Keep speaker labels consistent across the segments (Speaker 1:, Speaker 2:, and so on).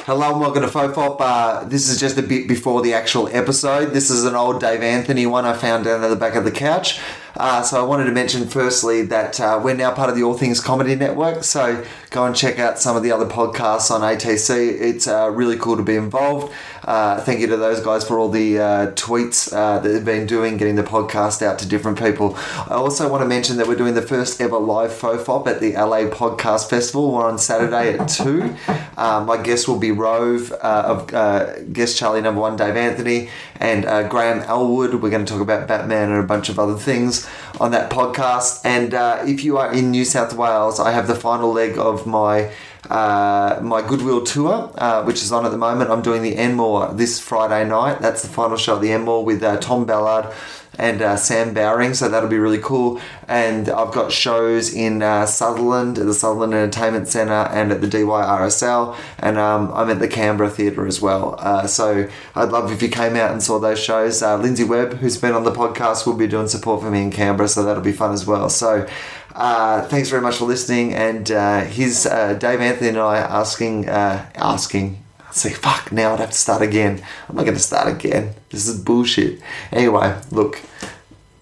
Speaker 1: Hello and welcome to Fofop. Uh, this is just a bit before the actual episode. This is an old Dave Anthony one I found down at the back of the couch. Uh, so I wanted to mention firstly that uh, we're now part of the All Things Comedy Network. So go and check out some of the other podcasts on ATC. It's uh, really cool to be involved. Uh, thank you to those guys for all the uh, tweets uh, that they've been doing, getting the podcast out to different people. I also want to mention that we're doing the first ever live FOFOP at the LA Podcast Festival. We're on Saturday at 2. Uh, my guest will be Rove, uh, of uh, guest Charlie number one, Dave Anthony, and uh, Graham Elwood. We're going to talk about Batman and a bunch of other things on that podcast. And uh, if you are in New South Wales, I have the final leg of my uh, my Goodwill tour, uh, which is on at the moment. I'm doing the Enmore this Friday night. That's the final show of the Enmore with uh, Tom Ballard and uh, Sam Bowring, so that'll be really cool. And I've got shows in uh, Sutherland, at the Sutherland Entertainment Centre, and at the DYRSL, and um, I'm at the Canberra Theatre as well. Uh, so I'd love if you came out and saw those shows. Uh, Lindsay Webb, who's been on the podcast, will be doing support for me in Canberra, so that'll be fun as well. So uh, thanks very much for listening. And uh, here's uh, Dave Anthony and I asking, uh, asking. See, fuck, now I'd have to start again. I'm not going to start again. This is bullshit. Anyway, look,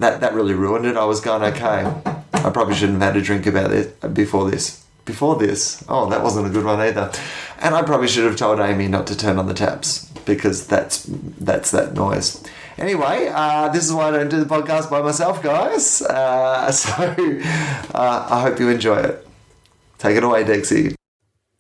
Speaker 1: that, that really ruined it. I was going, okay, I probably shouldn't have had a drink about it uh, before this. Before this. Oh, that wasn't a good one either. And I probably should have told Amy not to turn on the taps because that's that's that noise. Anyway, uh, this is why I don't do the podcast by myself, guys. Uh, so uh, I hope you enjoy it. Take it away, Dexie.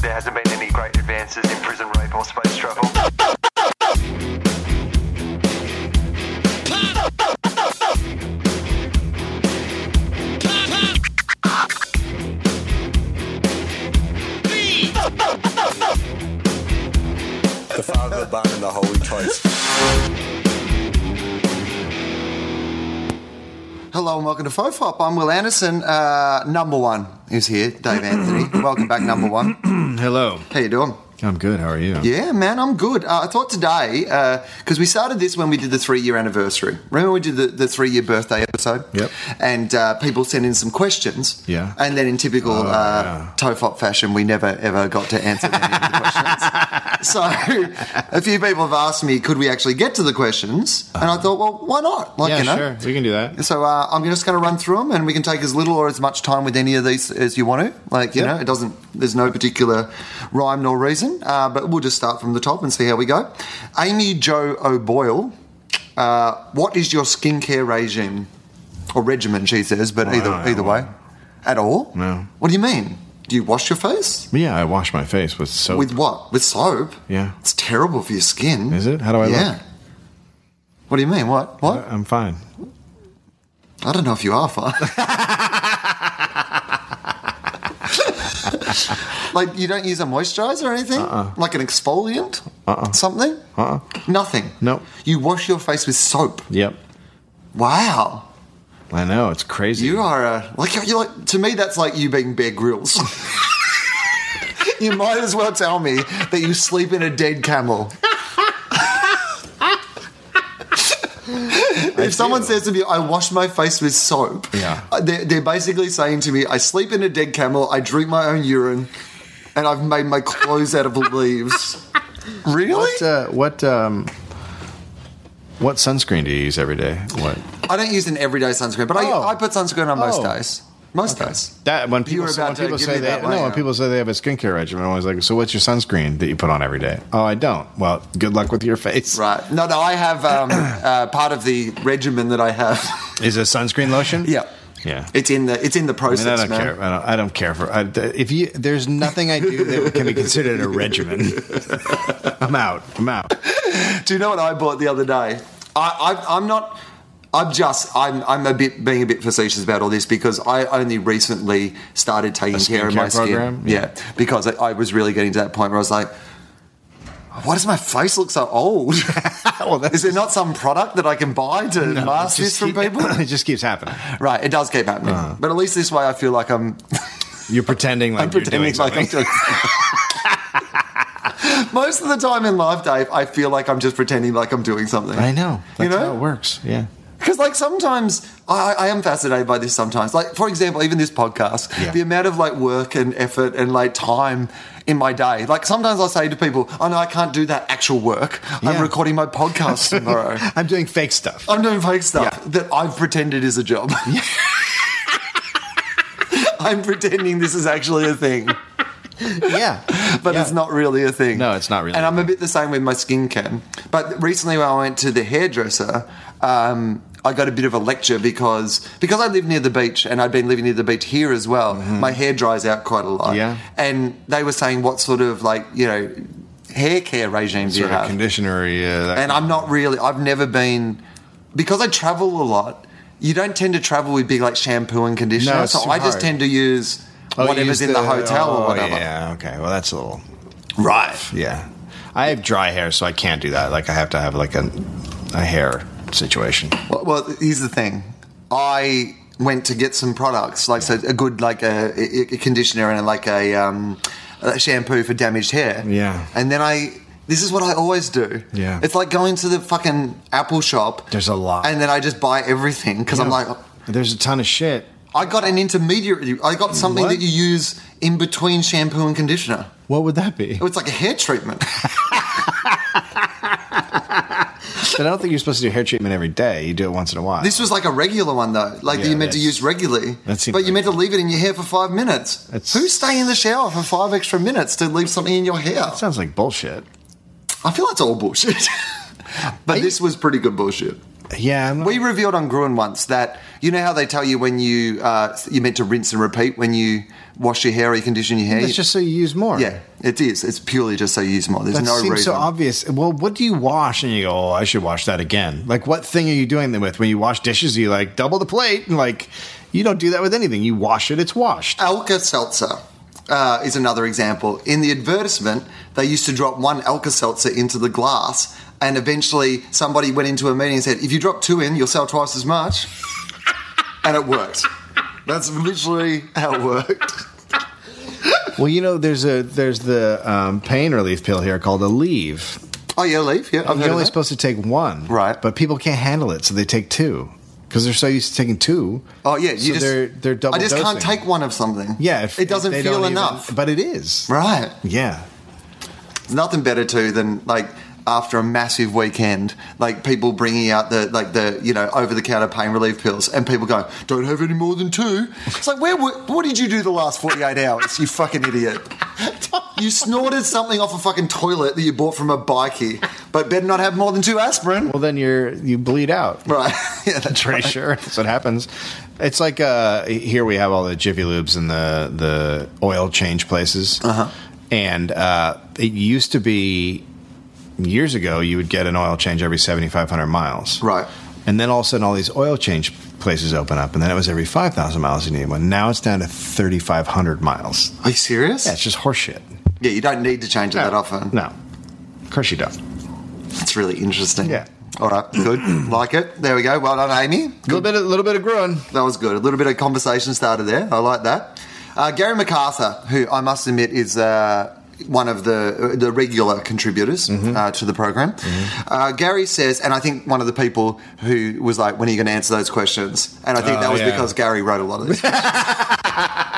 Speaker 2: There hasn't been any great advances in prison rape or space travel.
Speaker 3: The father, the bun, and the holy toast.
Speaker 1: Hello and welcome to Fofop. I'm Will Anderson. Uh, number one is here, Dave Anthony. welcome back, number one.
Speaker 4: Hello.
Speaker 1: How you doing?
Speaker 4: I'm good. How are you?
Speaker 1: Yeah, man, I'm good. Uh, I thought today because we started this when we did the three year anniversary. Remember we did the, the three year birthday episode.
Speaker 4: Yep.
Speaker 1: And uh, people sent in some questions.
Speaker 4: Yeah.
Speaker 1: And then in typical
Speaker 4: Oh,
Speaker 1: uh, tofop fashion, we never ever got to answer any of the questions. so a few people have asked me, could we actually get to the questions? And I thought, well, why not? Like,
Speaker 4: Uh-huh. yeah,
Speaker 1: you know.
Speaker 4: sure. We can do that.
Speaker 1: So uh, I'm just going to run through them, and we can take as little or as much time with any of these as you want to. Like you
Speaker 4: Yeah.
Speaker 1: know, it doesn't. There's no particular rhyme nor reason, uh, but we'll just start from the top and see how we go. Amy Jo O'Boyle, uh, what is your skincare regime or regimen? She says, but either
Speaker 4: no,
Speaker 1: either
Speaker 4: well-
Speaker 1: way, at all?
Speaker 4: No.
Speaker 1: What do you mean? Do you wash your face
Speaker 4: Yeah, I wash my face with soap.
Speaker 1: with what? With soap?
Speaker 4: Yeah.
Speaker 1: it's terrible for your skin.
Speaker 4: Is it? How do I
Speaker 1: yeah.
Speaker 4: look?
Speaker 1: What do you mean? What? What?
Speaker 4: I'm fine.
Speaker 1: I don't know if you are far. like you don't use a moisturizer or anything, like an exfoliant, uh-uh. something, uh-uh. nothing.
Speaker 4: Nope.
Speaker 1: You wash your face with soap.
Speaker 4: Yep.
Speaker 1: Wow,
Speaker 4: I know. It's crazy.
Speaker 1: you are a like you like to me. That's like you being Bear Grylls. you might as well tell me that you sleep in a dead camel. if someone says to me, I wash my face with soap,
Speaker 4: Yeah.
Speaker 1: uh, they're, they're basically saying to me, I sleep in a dead camel, I drink my own urine, and I've made my clothes out of leaves. Really?
Speaker 4: What, uh, what, um, what sunscreen do you use every day? What?
Speaker 1: I don't use an everyday sunscreen, but
Speaker 4: Oh.
Speaker 1: I, I put sunscreen on most
Speaker 4: Oh.
Speaker 1: days. Most days.
Speaker 4: That when people,
Speaker 1: were
Speaker 4: say-
Speaker 1: about
Speaker 4: when
Speaker 1: to
Speaker 4: people
Speaker 1: give
Speaker 4: say
Speaker 1: me that
Speaker 4: that, no,
Speaker 1: one.
Speaker 4: when people say they have a skincare regimen, I'm always like, so what's your sunscreen that you put on every day? Oh, I don't. Well, good luck with your face.
Speaker 1: Right. No, no, I have um, uh, part of the regimen that I have.
Speaker 4: Is it sunscreen lotion?
Speaker 1: yeah.
Speaker 4: Yeah.
Speaker 1: It's in the it's in the
Speaker 4: I mean, I
Speaker 1: process,
Speaker 4: don't
Speaker 1: man.
Speaker 4: care. I don't, I don't care for I, if you. There's nothing I do that can be considered a regimen. I'm out. I'm out.
Speaker 1: Do you know what I bought the other day? I, I I'm not. I'm just. I'm. I'm a bit being a bit facetious about all this because I only recently started taking care of my
Speaker 4: skincare program?
Speaker 1: skin. Yeah. because I, I was really getting to that point where I was like, why does my face look so old?
Speaker 4: Well,
Speaker 1: Is
Speaker 4: that's-
Speaker 1: there not some product that I can buy to mask this from people?
Speaker 4: it just Uh. keeps happening.
Speaker 1: right, it does keep happening. But at least this way I feel like I'm,
Speaker 4: You're pretending like
Speaker 1: I'm
Speaker 4: you're
Speaker 1: pretending
Speaker 4: doing
Speaker 1: like I'm
Speaker 4: something.
Speaker 1: doing Most of the time in life, Dave, I feel like I'm just pretending like I'm doing something.
Speaker 4: I know. That's
Speaker 1: you know?
Speaker 4: how it works. Yeah.
Speaker 1: Because like sometimes I, I am fascinated by this. Sometimes, like for example, even this podcast,
Speaker 4: Yeah.
Speaker 1: the amount of like work and effort and like time in my day. Like sometimes I say to people, "Oh no, I can't do that actual work. I'm
Speaker 4: Yeah.
Speaker 1: recording my podcast tomorrow.
Speaker 4: I'm doing fake stuff.
Speaker 1: I'm doing fake stuff
Speaker 4: Yeah.
Speaker 1: that I've pretended is a job. I'm pretending this is actually a thing."
Speaker 4: yeah.
Speaker 1: but
Speaker 4: Yeah.
Speaker 1: it's not really a thing.
Speaker 4: No, it's not really
Speaker 1: And
Speaker 4: a
Speaker 1: I'm a bit the same with my skincare. But recently, when I went to the hairdresser, um, I got a bit of a lecture because because I live near the beach and I'd been living near the beach here as well. My hair dries out quite a lot.
Speaker 4: Mm-hmm. Yeah.
Speaker 1: and they were saying what sort of like you know hair care regime do you
Speaker 4: Sort of
Speaker 1: have?
Speaker 4: conditioner. Yeah. that-
Speaker 1: and I'm not really. I've never been because I travel a lot. You don't tend to travel with big like shampoo and conditioner,
Speaker 4: No, it's
Speaker 1: so
Speaker 4: too
Speaker 1: I just tend
Speaker 4: hard.
Speaker 1: to use
Speaker 4: Oh, you
Speaker 1: whatever's
Speaker 4: use
Speaker 1: in the, hotel
Speaker 4: oh,
Speaker 1: or whatever.
Speaker 4: Yeah. Okay. Well, that's a little.
Speaker 1: Right.
Speaker 4: Yeah. I have dry hair, so I can't do that. Like I have to have like a a hair situation.
Speaker 1: Well, well, here's the thing. I went to get some products, like so a good like a, a- a conditioner and like a, um, a shampoo for damaged hair.
Speaker 4: Yeah.
Speaker 1: And then I. This is what I always do.
Speaker 4: Yeah.
Speaker 1: It's like going to the fucking Apple shop.
Speaker 4: There's a lot.
Speaker 1: And then I just buy everything because I'm like,
Speaker 4: there's a ton of shit.
Speaker 1: I got an intermediate. I got something
Speaker 4: What?
Speaker 1: that you use in between shampoo and conditioner.
Speaker 4: What would that be?
Speaker 1: It's like a hair treatment.
Speaker 4: But I don't think you're supposed to do hair treatment every day. You do it once in a while.
Speaker 1: this was like a regular one though, like that
Speaker 4: Yeah,
Speaker 1: you meant to
Speaker 4: that's-
Speaker 1: use regularly.
Speaker 4: that seems
Speaker 1: but you
Speaker 4: like-
Speaker 1: meant to leave it in your hair for five minutes.
Speaker 4: That's-
Speaker 1: Who's staying in the shower for five extra minutes to leave something in your hair?
Speaker 4: sounds like bullshit.
Speaker 1: I feel that's all bullshit. but this was pretty good bullshit.
Speaker 4: Yeah. I'm not-
Speaker 1: We revealed on Gruen once that you know how they tell you when you uh, you meant to rinse and repeat when you wash your hair or you condition your hair.
Speaker 4: That's
Speaker 1: You-
Speaker 4: just so you use more.
Speaker 1: yeah, it is. It's purely just so you use more. There's
Speaker 4: That
Speaker 1: no
Speaker 4: seems
Speaker 1: reason.
Speaker 4: so obvious. Well, what do you wash? And you go, oh, I should wash that again. Like, what thing are you doing them with? When you wash dishes, you like double the plate. And like, you don't do that with anything. You wash it, it's washed.
Speaker 1: Alka Seltzer uh, is another example. In the advertisement, they used to drop one Alka Seltzer into the glass, and eventually somebody went into a meeting and said, If you drop two in, you'll sell twice as much. and it worked. That's literally how it worked.
Speaker 4: Well, you know, there's a there's the um, pain relief pill here called Aleve.
Speaker 1: Oh, yeah, leave. Yeah, I've
Speaker 4: You're
Speaker 1: heard
Speaker 4: only
Speaker 1: of that.
Speaker 4: supposed to take one,
Speaker 1: Right.
Speaker 4: But people can't handle it, so they take two because they're so used to taking two.
Speaker 1: Oh, yeah. You
Speaker 4: so
Speaker 1: just,
Speaker 4: they're they're double.
Speaker 1: I just can't
Speaker 4: dosing.
Speaker 1: take one of something.
Speaker 4: Yeah, if-
Speaker 1: it doesn't
Speaker 4: if they
Speaker 1: feel
Speaker 4: don't even-
Speaker 1: enough.
Speaker 4: but it is.
Speaker 1: right.
Speaker 4: Yeah,
Speaker 1: nothing better too than like after a massive weekend, like people bringing out the like the you know over the counter pain relief pills, and people going, "Don't have any more than two. It's like, where? were- What did you do the last forty eight hours? You fucking idiot! You snorted something off a fucking toilet that you bought from a bikie, but better not have more than two aspirin.
Speaker 4: Well, then you're you bleed out.
Speaker 1: Right? Yeah, that's
Speaker 4: Pretty sure that's what happens. It's like uh, here we have all the Jiffy Lubes and the the oil change places, uh-huh. and uh, it used to be years ago you would get an oil change every seventy five hundred miles,
Speaker 1: Right.
Speaker 4: And then all of a sudden all these oil change places open up, and then it was every five thousand miles you need one. Now it's down to thirty five hundred miles.
Speaker 1: Are you serious?
Speaker 4: That's just horseshit.
Speaker 1: Yeah, you don't need to change it that often.
Speaker 4: No, of course you don't.
Speaker 1: It's really interesting.
Speaker 4: Yeah.
Speaker 1: All right, good. like it. There we go. Well done, Amy.
Speaker 4: A little bit, a little bit of growing.
Speaker 1: That was good. A little bit of conversation started there. I like that. Uh, Gary MacArthur, who I must admit is uh, one of the the regular contributors
Speaker 4: Mm-hmm.
Speaker 1: uh, to the program. Uh, Gary says, and I think one of the people who was like, "When are you going to answer those questions?" And I think
Speaker 4: Oh,
Speaker 1: that was
Speaker 4: yeah.
Speaker 1: because Gary wrote a lot of this. uh,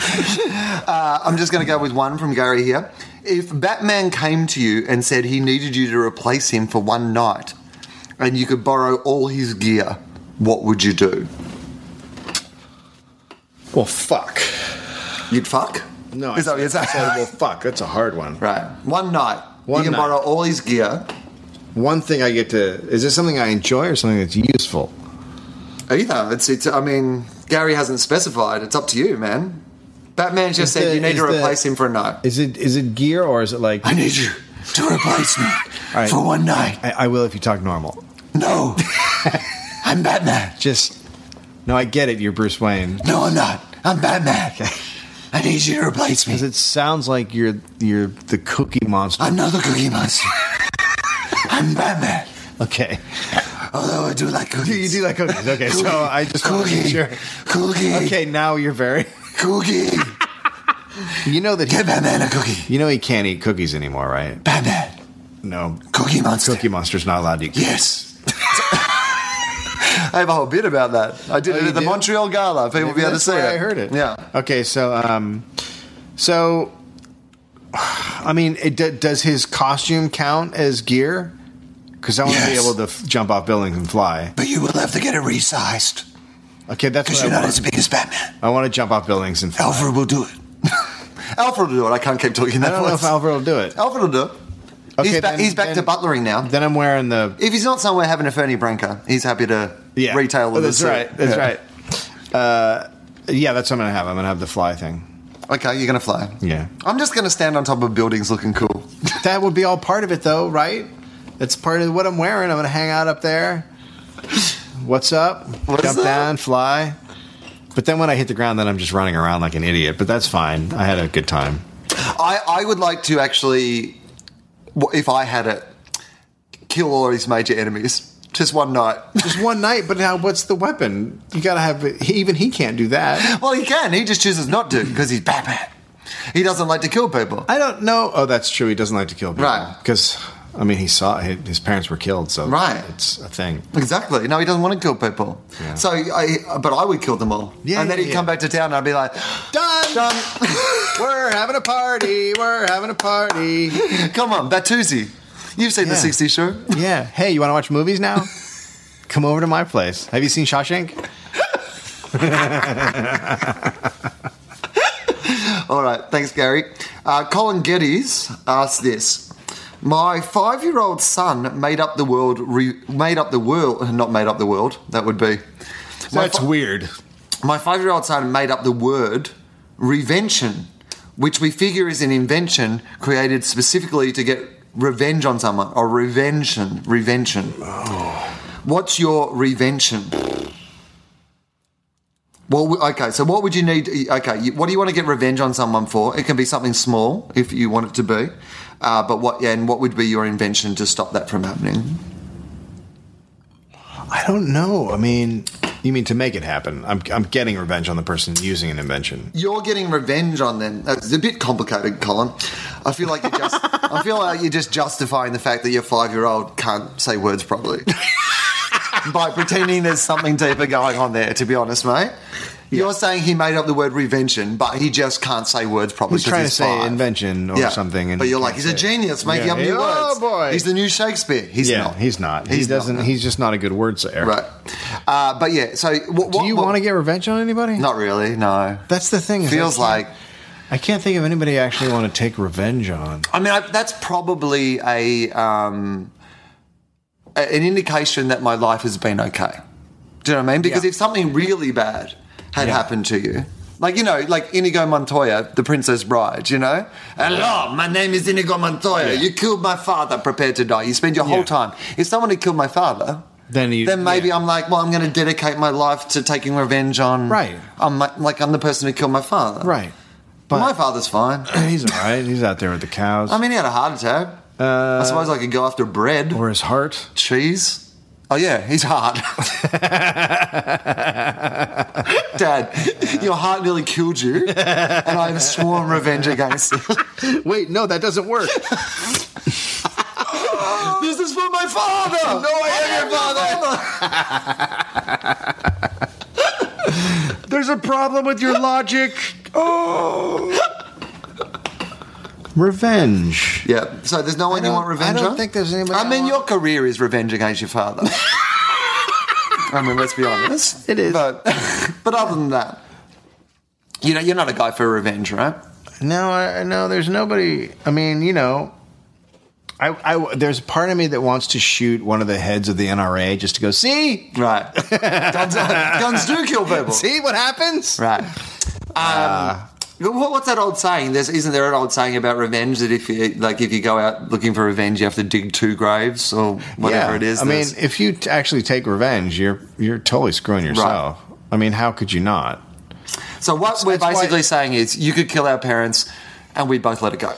Speaker 1: I'm just going to go with one from Gary here. If Batman came to you and said he needed you to replace him for one night, and you could borrow all his gear, what would you do?
Speaker 4: Well, fuck.
Speaker 1: You'd fuck?
Speaker 4: No,
Speaker 1: Is that what
Speaker 4: I
Speaker 1: you're
Speaker 4: said,
Speaker 1: saying?
Speaker 4: I said, well, fuck. That's a hard one.
Speaker 1: Right. One night.
Speaker 4: One
Speaker 1: you can
Speaker 4: night.
Speaker 1: borrow all his gear.
Speaker 4: One thing I get to is this something I enjoy or something that's useful?
Speaker 1: Either. It's it's I mean, Gary hasn't specified. It's up to you, man. Batman just
Speaker 4: Is
Speaker 1: said
Speaker 4: the-
Speaker 1: you need to
Speaker 4: is the-
Speaker 1: replace him for a night.
Speaker 4: Is it is it gear or is it like
Speaker 1: I need you to replace me
Speaker 4: right.
Speaker 1: for one night.
Speaker 4: I, I will if you talk normal?
Speaker 1: No. I'm Batman.
Speaker 4: Just no, I get it. You're Bruce Wayne.
Speaker 1: No, I'm not. I'm Batman. I need you to replace me.
Speaker 4: Because it sounds like you're you're the Cookie Monster.
Speaker 1: I'm not the Cookie Monster. I'm Batman.
Speaker 4: okay.
Speaker 1: Although I do like cookies.
Speaker 4: You do like cookies. Okay, so
Speaker 1: Cookie.
Speaker 4: I just want to
Speaker 1: cookie.
Speaker 4: make sure.
Speaker 1: Cookie.
Speaker 4: Okay, now you're very.
Speaker 1: Cookie.
Speaker 4: You know that. He,
Speaker 1: Get Batman a cookie.
Speaker 4: you know he can't eat cookies anymore, right?
Speaker 1: Batman.
Speaker 4: No,
Speaker 1: Cookie Monster.
Speaker 4: Cookie Monster's not allowed to eat.
Speaker 1: Yes. I have a whole bit about that. I did
Speaker 4: Oh,
Speaker 1: it
Speaker 4: you
Speaker 1: at the
Speaker 4: did?
Speaker 1: Montreal Gala. People will be able to
Speaker 4: That's
Speaker 1: see
Speaker 4: where
Speaker 1: it.
Speaker 4: I heard it.
Speaker 1: Yeah.
Speaker 4: Okay, so um, so I mean, it, d- does his costume count as gear? Because I want to
Speaker 1: Yes.
Speaker 4: be able to f- jump off buildings and fly.
Speaker 1: But you will have to get it resized
Speaker 4: Okay, that's what I want.
Speaker 1: big as Batman.
Speaker 4: I want to jump off buildings and fly.
Speaker 1: Alfred will do it. Alfred will do it. I can't keep talking
Speaker 4: I
Speaker 1: that
Speaker 4: don't know
Speaker 1: voice.
Speaker 4: if Alfred will do it.
Speaker 1: Alfred will do it.
Speaker 4: Okay,
Speaker 1: he's, back.
Speaker 4: then-
Speaker 1: he's back to
Speaker 4: then-
Speaker 1: butlering now.
Speaker 4: Then I'm wearing the
Speaker 1: if he's not somewhere having a Fernie Branca, he's happy to
Speaker 4: yeah. Oh,
Speaker 1: retail with
Speaker 4: That's
Speaker 1: his suit.
Speaker 4: right. That's
Speaker 1: Yeah.
Speaker 4: right. Uh, yeah, that's what I'm gonna have. I'm gonna have the fly thing.
Speaker 1: Okay, you're going to fly.
Speaker 4: Yeah,
Speaker 1: I'm just going to stand on top of buildings looking cool.
Speaker 4: that would be all part of it, though, right? That's part of what I'm wearing. I'm gonna hang out up there. What's up?
Speaker 1: What's
Speaker 4: Jump
Speaker 1: up?
Speaker 4: down, fly. But then when I hit the ground, then I'm just running around like an idiot. But that's fine. I had a good time.
Speaker 1: I, I would like to actually, w- if I had it, kill all his major enemies. Just one night.
Speaker 4: Just one night. But now, what's the weapon? You gotta have. Even he can't do that.
Speaker 1: Well, he can. He just chooses not to because he's Batman. He doesn't like to kill people.
Speaker 4: I don't know. Oh, that's true. He doesn't like to kill people.
Speaker 1: Right.
Speaker 4: Because I mean, he saw his parents were killed, so
Speaker 1: Right.
Speaker 4: It's a thing.
Speaker 1: Exactly. No, he doesn't want to kill people.
Speaker 4: Yeah.
Speaker 1: So, I, but I would kill them all.
Speaker 4: Yeah,
Speaker 1: and then
Speaker 4: yeah,
Speaker 1: he'd
Speaker 4: yeah.
Speaker 1: come back to town and I'd be like,
Speaker 4: Done.
Speaker 1: done.
Speaker 4: We're having a party. We're having a party.
Speaker 1: come on, Batuzzi. You've seen the
Speaker 4: Yeah.
Speaker 1: 60 show.
Speaker 4: Yeah. Hey, you want to watch movies now? Come over to my place. Have you seen Shawshank?
Speaker 1: All right, thanks, Gary. Uh, Colin Geddes asked this: My five-year-old son made up the world. Re- made up the world. Not made up the world. That would be. My
Speaker 4: That's
Speaker 1: fi-
Speaker 4: weird.
Speaker 1: My five-year-old son made up the word revention, which we figure is an invention created specifically to get revenge on someone or revention. Revention. What's your revention? Well, w- okay. So, what would you need? Okay, you- what do you want to get revenge on someone for? It can be something small if you want it to be, uh, but what and what would be your invention to stop that from happening?
Speaker 4: I don't know. I mean, you mean to make it happen? I'm, I'm getting revenge on the person using an invention.
Speaker 1: You're getting revenge on them. That's a bit complicated, Colin. I feel like you just. I feel like you're just justifying the fact that your five-year-old can't say words properly by pretending there's something deeper going on there. To be honest, mate. You're saying he made up the word revention, but he just can't say words properly.
Speaker 4: He's
Speaker 1: 'cause
Speaker 4: trying to
Speaker 1: he's
Speaker 4: say
Speaker 1: five.
Speaker 4: invention or
Speaker 1: Yeah.
Speaker 4: something. And
Speaker 1: but
Speaker 4: he
Speaker 1: you're
Speaker 4: can't
Speaker 1: like, he's
Speaker 4: say
Speaker 1: a
Speaker 4: it.
Speaker 1: genius, making
Speaker 4: Yeah.
Speaker 1: up new
Speaker 4: oh,
Speaker 1: words.
Speaker 4: boy.
Speaker 1: He's the new Shakespeare. He's
Speaker 4: yeah,
Speaker 1: not.
Speaker 4: he's not. He doesn't. He's just not a good wordsayer.
Speaker 1: right. Uh, but yeah. So what,
Speaker 4: Do you want to get revenge on anybody?
Speaker 1: Not really. No.
Speaker 4: That's the thing. is I
Speaker 1: Feels
Speaker 4: can't-
Speaker 1: like.
Speaker 4: I can't think of anybody I actually want to take revenge on.
Speaker 1: I mean, I, that's probably a um, a- an indication that my life has been okay. Do you know what I mean? Because
Speaker 4: Yeah.
Speaker 1: if something really bad had
Speaker 4: Yeah.
Speaker 1: happened to you, like you know, like Inigo Montoya, the Princess Bride, you know, hello, my name is Inigo Montoya.
Speaker 4: Yeah.
Speaker 1: You killed my father. Prepare to die. You spend your whole
Speaker 4: Yeah.
Speaker 1: time. If someone had killed my father.
Speaker 4: Then you-
Speaker 1: then maybe
Speaker 4: yeah.
Speaker 1: I'm like, well, I'm going to dedicate my life to taking revenge on.
Speaker 4: Right.
Speaker 1: I'm like, like I'm the person who killed my father.
Speaker 4: Right.
Speaker 1: But my father's fine.
Speaker 4: He's all right. He's out there with the cows.
Speaker 1: I mean, he had a heart attack. I suppose I could go after bread,
Speaker 4: Uh, or his heart.
Speaker 1: cheese. Oh yeah, he's hard. Dad, your heart nearly killed you, and I have sworn revenge against it.
Speaker 4: Wait, no, that doesn't work.
Speaker 1: this is for my father. No, I am your father.
Speaker 4: There's a problem with your logic. Oh. Revenge.
Speaker 1: Yeah. So there's no one you
Speaker 4: don't-
Speaker 1: want revenge
Speaker 4: I don't
Speaker 1: on?
Speaker 4: think there's anybody
Speaker 1: I
Speaker 4: I
Speaker 1: mean,
Speaker 4: want-
Speaker 1: your career is revenge against your father. I mean, let's be honest. It is. But but other than that, you know, you're not a guy for revenge, right?
Speaker 4: No, I, no, there's nobody. I mean, you know, I, I, there's a part of me that wants to shoot one of the heads of the NRA just to go, see?
Speaker 1: Right. Guns, uh, guns do kill people.
Speaker 4: See what happens?
Speaker 1: Right. Um, what- what's that old saying? There's, isn't there an old saying about revenge that if you like if you go out looking for revenge, you have to dig two graves or whatever
Speaker 4: Yeah.
Speaker 1: it is?
Speaker 4: I mean,
Speaker 1: that's-
Speaker 4: if you t- actually take revenge, you're you're totally screwing yourself. I mean, how could you not?
Speaker 1: So what we're
Speaker 4: that's why-
Speaker 1: basically saying is, you could kill our parents, and we'd both let it go.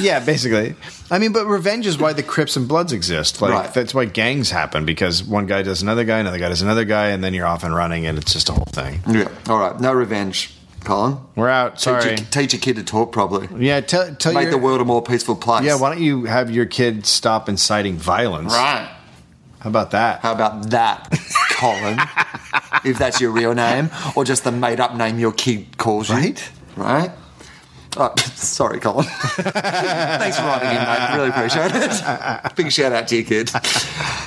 Speaker 4: Yeah, basically. I mean, but revenge is why the Crips and Bloods exist. Like
Speaker 1: Right.
Speaker 4: that's why gangs happen because one guy does another guy, another guy does another guy, and then you're off and running, and it's just a whole thing.
Speaker 1: yeah. All right. No revenge, Colin.
Speaker 4: We're out. Sorry.
Speaker 1: Teach, your, teach your kid to talk properly.
Speaker 4: yeah, tell tell
Speaker 1: Make
Speaker 4: your,
Speaker 1: the world a more peaceful place.
Speaker 4: Yeah, why don't you have your kid stop inciting violence?
Speaker 1: Right.
Speaker 4: How about that?
Speaker 1: How about that, Colin? if that's your real name, or just the made up name your kid calls you. Right? Right? Oh, sorry, Colin. Thanks for writing in, mate. Really appreciate it. Big shout out to your kid.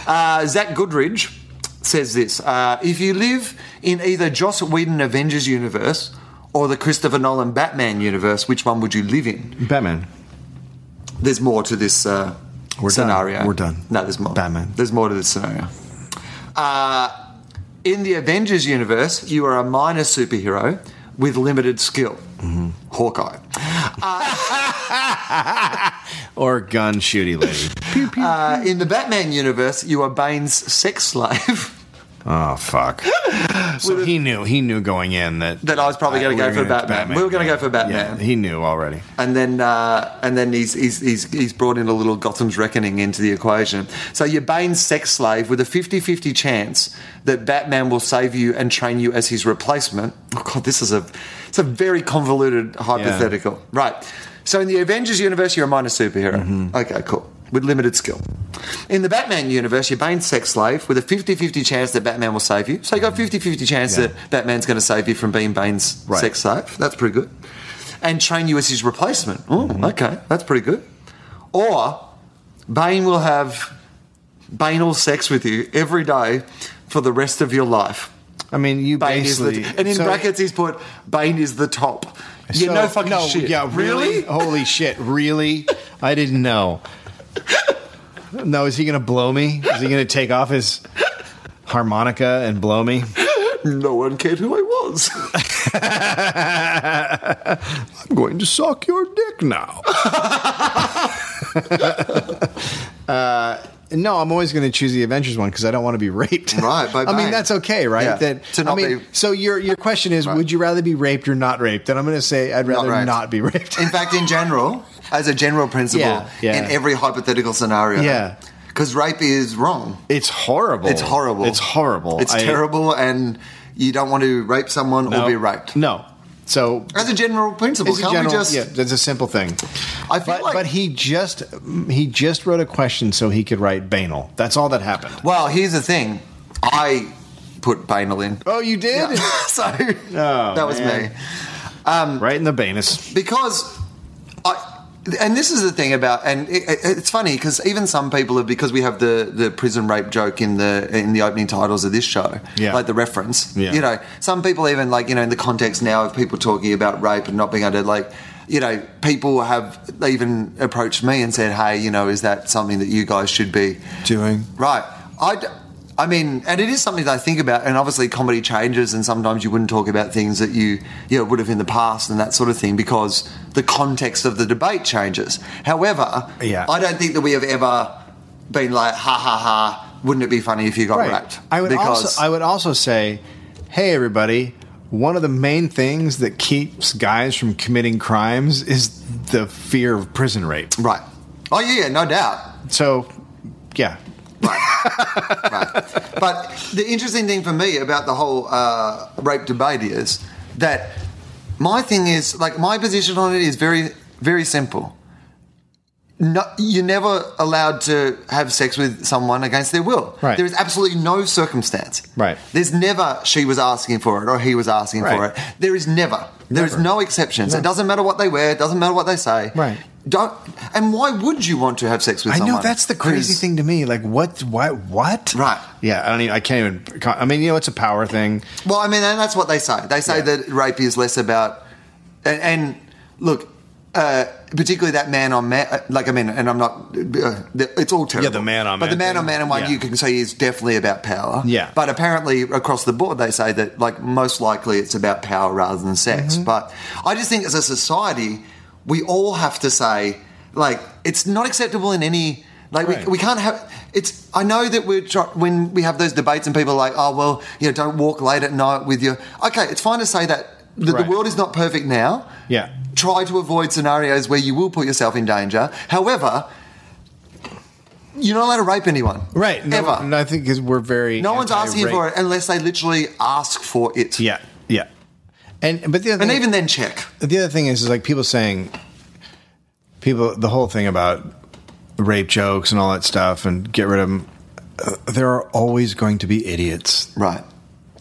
Speaker 1: Uh, Zach Goodridge says this uh, If you live in either Joss Whedon Avengers universe or the Christopher Nolan Batman universe, which one would you live in?
Speaker 4: Batman.
Speaker 1: There's more to this uh,
Speaker 4: We're done.
Speaker 1: scenario.
Speaker 4: We're done.
Speaker 1: No, there's more.
Speaker 4: Batman.
Speaker 1: There's more to this scenario. Uh, in the Avengers universe, you are a minor superhero with limited skill.
Speaker 4: Mm-hmm.
Speaker 1: Hawkeye.
Speaker 4: Or gun shooty lady.
Speaker 1: Uh, in the Batman universe, you are Bane's sex slave.
Speaker 4: oh fuck. So he knew he knew going in that
Speaker 1: That I was probably gonna
Speaker 4: we
Speaker 1: go
Speaker 4: were
Speaker 1: for
Speaker 4: gonna
Speaker 1: Batman. We were gonna
Speaker 4: yeah.
Speaker 1: go for Batman.
Speaker 4: Yeah, he knew already.
Speaker 1: and then uh, and then he's, he's he's he's brought in a little Gotham's reckoning into the equation. So you're Bane's sex slave with a 50-50 chance that Batman will save you and train you as his replacement. Oh god, this is a it's a very convoluted hypothetical. Right. So in the Avengers universe, you're a minor superhero.
Speaker 4: Mm-hmm.
Speaker 1: Okay, cool. With limited skill. In the Batman universe, you're Bane's sex slave with a 50 50 chance that Batman will save you. So you got 50 50 chance
Speaker 4: Yeah.
Speaker 1: that Batman's going to save you from being Bane's
Speaker 4: Right.
Speaker 1: sex slave. That's pretty good and train you as his replacement. Oh, okay, that's pretty good. Or Bane will have banal sex with you every day for the rest of your life.
Speaker 4: I mean, you
Speaker 1: Bane is
Speaker 4: basically
Speaker 1: the, and in
Speaker 4: so-
Speaker 1: brackets he's put Bane is the top. Yeah,
Speaker 4: So-
Speaker 1: no fucking shit.
Speaker 4: Yeah, really? Oh. Holy shit, really? I didn't know. No, is he going to blow me? Is he going to take off his harmonica and blow me?
Speaker 1: No one cared who I was.
Speaker 4: I'm going to suck your dick now. uh, Uh, no, I'm always going to choose the Avengers one because I don't want to be raped.
Speaker 1: Right, by
Speaker 4: I mean
Speaker 1: Bane.
Speaker 4: that's okay, right?
Speaker 1: Yeah,
Speaker 4: That
Speaker 1: to not
Speaker 4: I mean,
Speaker 1: be-
Speaker 4: so your your question is,
Speaker 1: Right.
Speaker 4: would you rather be raped or not raped? And I'm going to say I'd rather
Speaker 1: raped.
Speaker 4: not, be raped.
Speaker 1: in fact, in general, as a general principle,
Speaker 4: Yeah, yeah.
Speaker 1: in every hypothetical scenario,
Speaker 4: Yeah.
Speaker 1: because rape is wrong.
Speaker 4: it's horrible.
Speaker 1: It's horrible.
Speaker 4: It's horrible.
Speaker 1: It's
Speaker 4: I-
Speaker 1: terrible, and you don't want to rape someone
Speaker 4: No.
Speaker 1: or be raped.
Speaker 4: No. So
Speaker 1: As a general principle,
Speaker 4: It's a
Speaker 1: can't we
Speaker 4: general-
Speaker 1: just?
Speaker 4: yeah, that's a simple thing.
Speaker 1: I feel
Speaker 4: But,
Speaker 1: like.
Speaker 4: but he just he just wrote a question so he could write banal. That's all that happened.
Speaker 1: well, here's the thing. I put banal in,
Speaker 4: Oh, you did
Speaker 1: so that was
Speaker 4: man.
Speaker 1: me
Speaker 4: right in the banus.
Speaker 1: because I. And this is the thing about, and it, it- it's funny because even some people have because we have the, the prison rape joke in the in the opening titles of this show,
Speaker 4: Yeah.
Speaker 1: like the reference.
Speaker 4: Yeah.
Speaker 1: You know, some people even like you know in the context now of people talking about rape and not being able to like, you know, people have they even approached me and said, hey, you know, is that something that you guys should be
Speaker 4: Doing
Speaker 1: Right. I, d- I mean, and it is something that I think about, and obviously comedy changes, and sometimes you wouldn't talk about things that you, you know, would have in the past and that sort of thing because the context of the debate changes. However,
Speaker 4: Yeah.
Speaker 1: I don't think that we have ever been like, ha ha ha, wouldn't it be funny if you got raped?
Speaker 4: I would
Speaker 1: because
Speaker 4: also I would also say, hey everybody, one of the main things that keeps guys from committing crimes is the fear of prison rape.
Speaker 1: Right. Oh, yeah, no doubt.
Speaker 4: So, yeah,
Speaker 1: right. But the interesting thing for me about the whole uh, rape debate is that my thing is like my position on it is very very simple. No, you're never allowed to have sex with someone against their will.
Speaker 4: Right.
Speaker 1: There is absolutely no circumstance.
Speaker 4: Right.
Speaker 1: There's never she was asking for it or he was asking for
Speaker 4: Right.
Speaker 1: it. There is never. There is
Speaker 4: Never.
Speaker 1: no exceptions.
Speaker 4: No.
Speaker 1: It doesn't matter what they wear. It doesn't matter what they say.
Speaker 4: Right.
Speaker 1: Don't. And why would you want to have sex with
Speaker 4: I
Speaker 1: someone?
Speaker 4: know that's the crazy
Speaker 1: who's-
Speaker 4: thing to me. Like, what? Why? What?
Speaker 1: Right.
Speaker 4: Yeah, I don't. Even, I can't even. I mean, you know, it's a power thing.
Speaker 1: Well, I mean, and that's what they say. They say
Speaker 4: Yeah.
Speaker 1: that rape is less about, and, and look, uh, particularly that man on man. uh, Like I mean, and I'm not. Uh, the- it's all terrible.
Speaker 4: Yeah, the man on
Speaker 1: But the
Speaker 4: man
Speaker 1: man on
Speaker 4: thing.
Speaker 1: man and one
Speaker 4: Yeah.
Speaker 1: you can see is definitely about power.
Speaker 4: Yeah.
Speaker 1: But apparently across the board they say that like most likely it's about power rather than sex.
Speaker 4: Mm-hmm.
Speaker 1: But I just think as a society we all have to say like it's not acceptable in any like
Speaker 4: Right.
Speaker 1: we, we can't have it's i know that we're try, when we have those debates and people are like oh well you know don't walk late at night with your okay it's fine to say that The,
Speaker 4: Right.
Speaker 1: the world is not perfect now.
Speaker 4: Yeah.
Speaker 1: Try to avoid scenarios where you will put yourself in danger. However, you're not allowed to rape anyone.
Speaker 4: Right. No,
Speaker 1: Ever.
Speaker 4: And I think because we're very.
Speaker 1: No one's asking you
Speaker 4: anti-rape.
Speaker 1: for it unless they literally ask for it.
Speaker 4: Yeah. Yeah. And but the other
Speaker 1: And
Speaker 4: thing,
Speaker 1: even then, check.
Speaker 4: the other thing is, is like people saying people the whole thing about rape jokes and all that stuff and get rid of them. Uh, there are always going to be idiots.
Speaker 1: Right.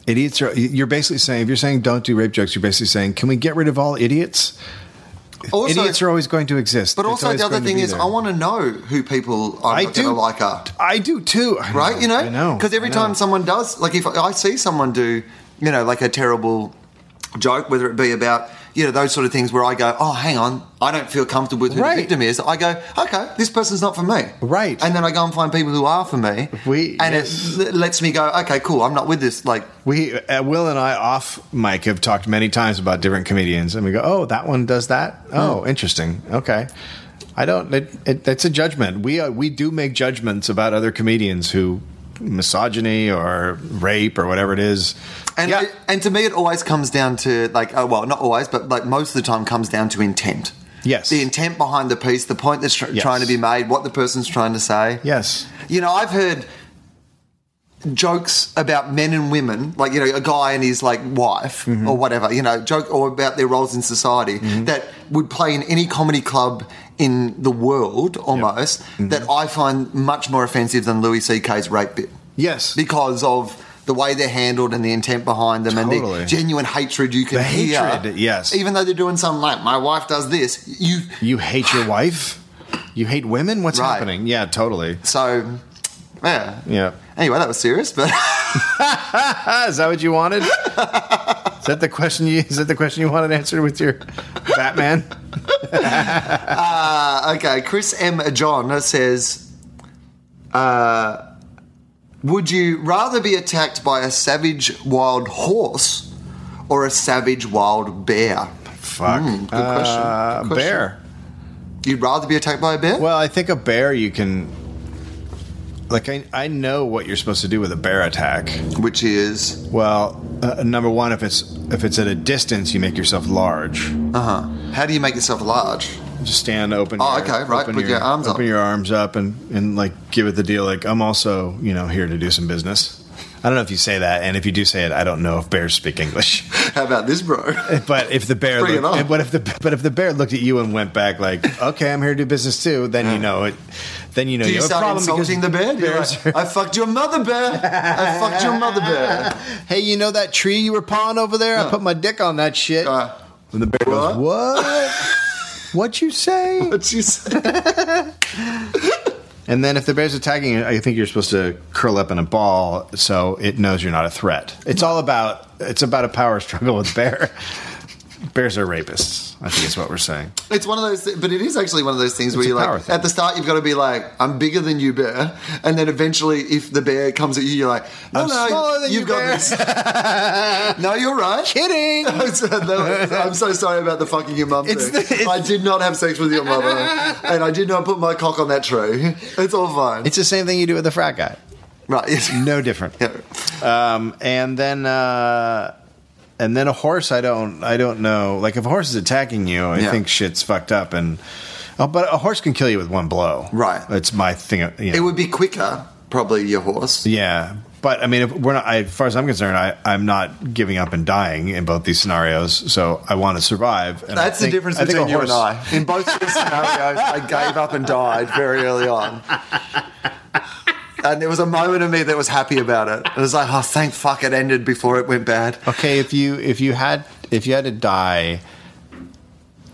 Speaker 4: Idiots are. You're basically saying if you're saying don't do rape jokes, you're basically saying can we get rid of all idiots?
Speaker 1: Also,
Speaker 4: idiots are always going to exist.
Speaker 1: but
Speaker 4: It's
Speaker 1: also,
Speaker 4: always
Speaker 1: the other
Speaker 4: going to
Speaker 1: thing
Speaker 4: be
Speaker 1: is,
Speaker 4: there.
Speaker 1: I want to know who people
Speaker 4: I
Speaker 1: I'm going
Speaker 4: do.
Speaker 1: to like are.
Speaker 4: I do too. I
Speaker 1: right? You know,
Speaker 4: I know.
Speaker 1: because every
Speaker 4: I know.
Speaker 1: time someone does, like if I see someone do, you know, like a terrible joke, whether it be about you know those sort of things, where I go, oh, hang on, I don't feel comfortable with who
Speaker 4: Right.
Speaker 1: the victim is. I go, okay, this person's not for me,
Speaker 4: Right.
Speaker 1: And then I go and find people who are for me,
Speaker 4: We-
Speaker 1: and
Speaker 4: yes.
Speaker 1: it l- lets me go, okay, cool, I'm not with this. Like,
Speaker 4: We uh, Will and I off mic have talked many times about different comedians, and we go, "Oh, that one does that.
Speaker 1: Hmm.
Speaker 4: Oh, interesting. Okay." I don't. It, it, it's a judgment. We uh, we do make judgments about other comedians who misogyny or rape or whatever it is.
Speaker 1: and
Speaker 4: yeah,
Speaker 1: and to me, it always comes down to like, oh, well, not always, but like most of the time, comes down to intent.
Speaker 4: yes,
Speaker 1: The intent behind the piece, the point that's tr-
Speaker 4: Yes.
Speaker 1: trying to be made, what the person's trying to say.
Speaker 4: yes,
Speaker 1: You know, I've heard jokes about men and women, like you know, a guy and his like wife
Speaker 4: Mm-hmm.
Speaker 1: or whatever. You know, joke or about their roles in society that would play in any comedy club in the world almost.
Speaker 4: Mm-hmm.
Speaker 1: That I find much more offensive than Louis C.K.'s rape bit
Speaker 4: yes.
Speaker 1: because of. The way they're handled and the intent behind them,
Speaker 4: Totally.
Speaker 1: and the genuine hatred you can
Speaker 4: The
Speaker 1: hear.
Speaker 4: hatred, yes.
Speaker 1: Even though they're doing something like "my wife does this," you
Speaker 4: you hate your wife. You hate women. What's
Speaker 1: Right.
Speaker 4: happening? Yeah, totally.
Speaker 1: so yeah.
Speaker 4: Yeah.
Speaker 1: Anyway, that was serious, but
Speaker 4: Ah, is that what you wanted? is that the question you? Is that the question you wanted answered with your Batman?
Speaker 1: uh, Okay, Chris M. John says, uh, "Would you rather be attacked by a savage wild horse or a savage wild bear?"
Speaker 4: Fuck.
Speaker 1: Mm, good question.
Speaker 4: Uh,
Speaker 1: Good question.
Speaker 4: Bear.
Speaker 1: You'd rather be attacked by a bear?
Speaker 4: Well, I think a bear you can. Like I, I know what you're supposed to do with a bear attack.
Speaker 1: Which is
Speaker 4: Well, uh, number one, if it's if it's at a distance, you make yourself large.
Speaker 1: how do you make yourself large?
Speaker 4: Just stand open.
Speaker 1: Oh,
Speaker 4: your-
Speaker 1: okay, right,
Speaker 4: Open
Speaker 1: with your arms
Speaker 4: open
Speaker 1: up.
Speaker 4: your arms up, and and like give it the deal. Like I'm also, you know, here to do some business. I don't know if you say that, and if you do say it, I don't know if bears speak English.
Speaker 1: How about this, bro?
Speaker 4: But if the bear,
Speaker 1: Bring it
Speaker 4: looked,
Speaker 1: on.
Speaker 4: but if the but if the bear looked at you and went back like, okay, I'm here to do business too, then you know it. Then you know
Speaker 1: Do you
Speaker 4: have a
Speaker 1: start
Speaker 4: problem because
Speaker 1: insulting the bear? You're
Speaker 4: bears
Speaker 1: like, I fucked your mother bear. I fucked your mother bear.
Speaker 4: hey, you know that tree you were pawing over there? I put my dick on that shit.
Speaker 1: Uh,
Speaker 4: and the bear goes,
Speaker 1: what?
Speaker 4: what? what you say?
Speaker 1: What you say?
Speaker 4: And then if the bear's attacking you, I think you're supposed to curl up in a ball so it knows you're not a threat. It's all about it's about a power struggle with bear. Bears are rapists. I think is what we're saying.
Speaker 1: It's one of those, thi- but it is actually one of those things where
Speaker 4: a
Speaker 1: you're
Speaker 4: power
Speaker 1: like,
Speaker 4: thing.
Speaker 1: at the start, you've got to be like, I'm bigger than you, bear. And then eventually, if the bear comes at you, you're like, no,
Speaker 4: I'm
Speaker 1: no,
Speaker 4: smaller than
Speaker 1: you've
Speaker 4: you,
Speaker 1: got
Speaker 4: bear."
Speaker 1: this. no, you're right.
Speaker 4: Kidding.
Speaker 1: So that was- I'm so sorry about the fucking your mum
Speaker 4: It's
Speaker 1: thing.
Speaker 4: the- it's-
Speaker 1: I did not have sex with your mother, and I did not put my cock on that tree. It's all fine.
Speaker 4: It's the same thing you do with the frat guy.
Speaker 1: right. yes.
Speaker 4: No different.
Speaker 1: Yeah.
Speaker 4: Um, and then uh, and then a horse. I don't. I don't know. Like if a horse is attacking you, I
Speaker 1: Yeah.
Speaker 4: think shit's fucked up. And oh, but a horse can kill you with one blow.
Speaker 1: Right.
Speaker 4: That's my thing. You know.
Speaker 1: It would be quicker, probably, your horse.
Speaker 4: yeah. But I mean, if we're not. I, as far as I'm concerned, I, I'm not giving up and dying in both these scenarios. So I want to survive. And I
Speaker 1: That's
Speaker 4: think-
Speaker 1: the difference
Speaker 4: I think a
Speaker 1: between you and
Speaker 4: horse-
Speaker 1: I. In both these scenarios, I gave up and died very early on. And there was a moment of me that was happy about it. It was like, oh, thank fuck it ended before it went bad.
Speaker 4: Okay, if you if you had if you had to die,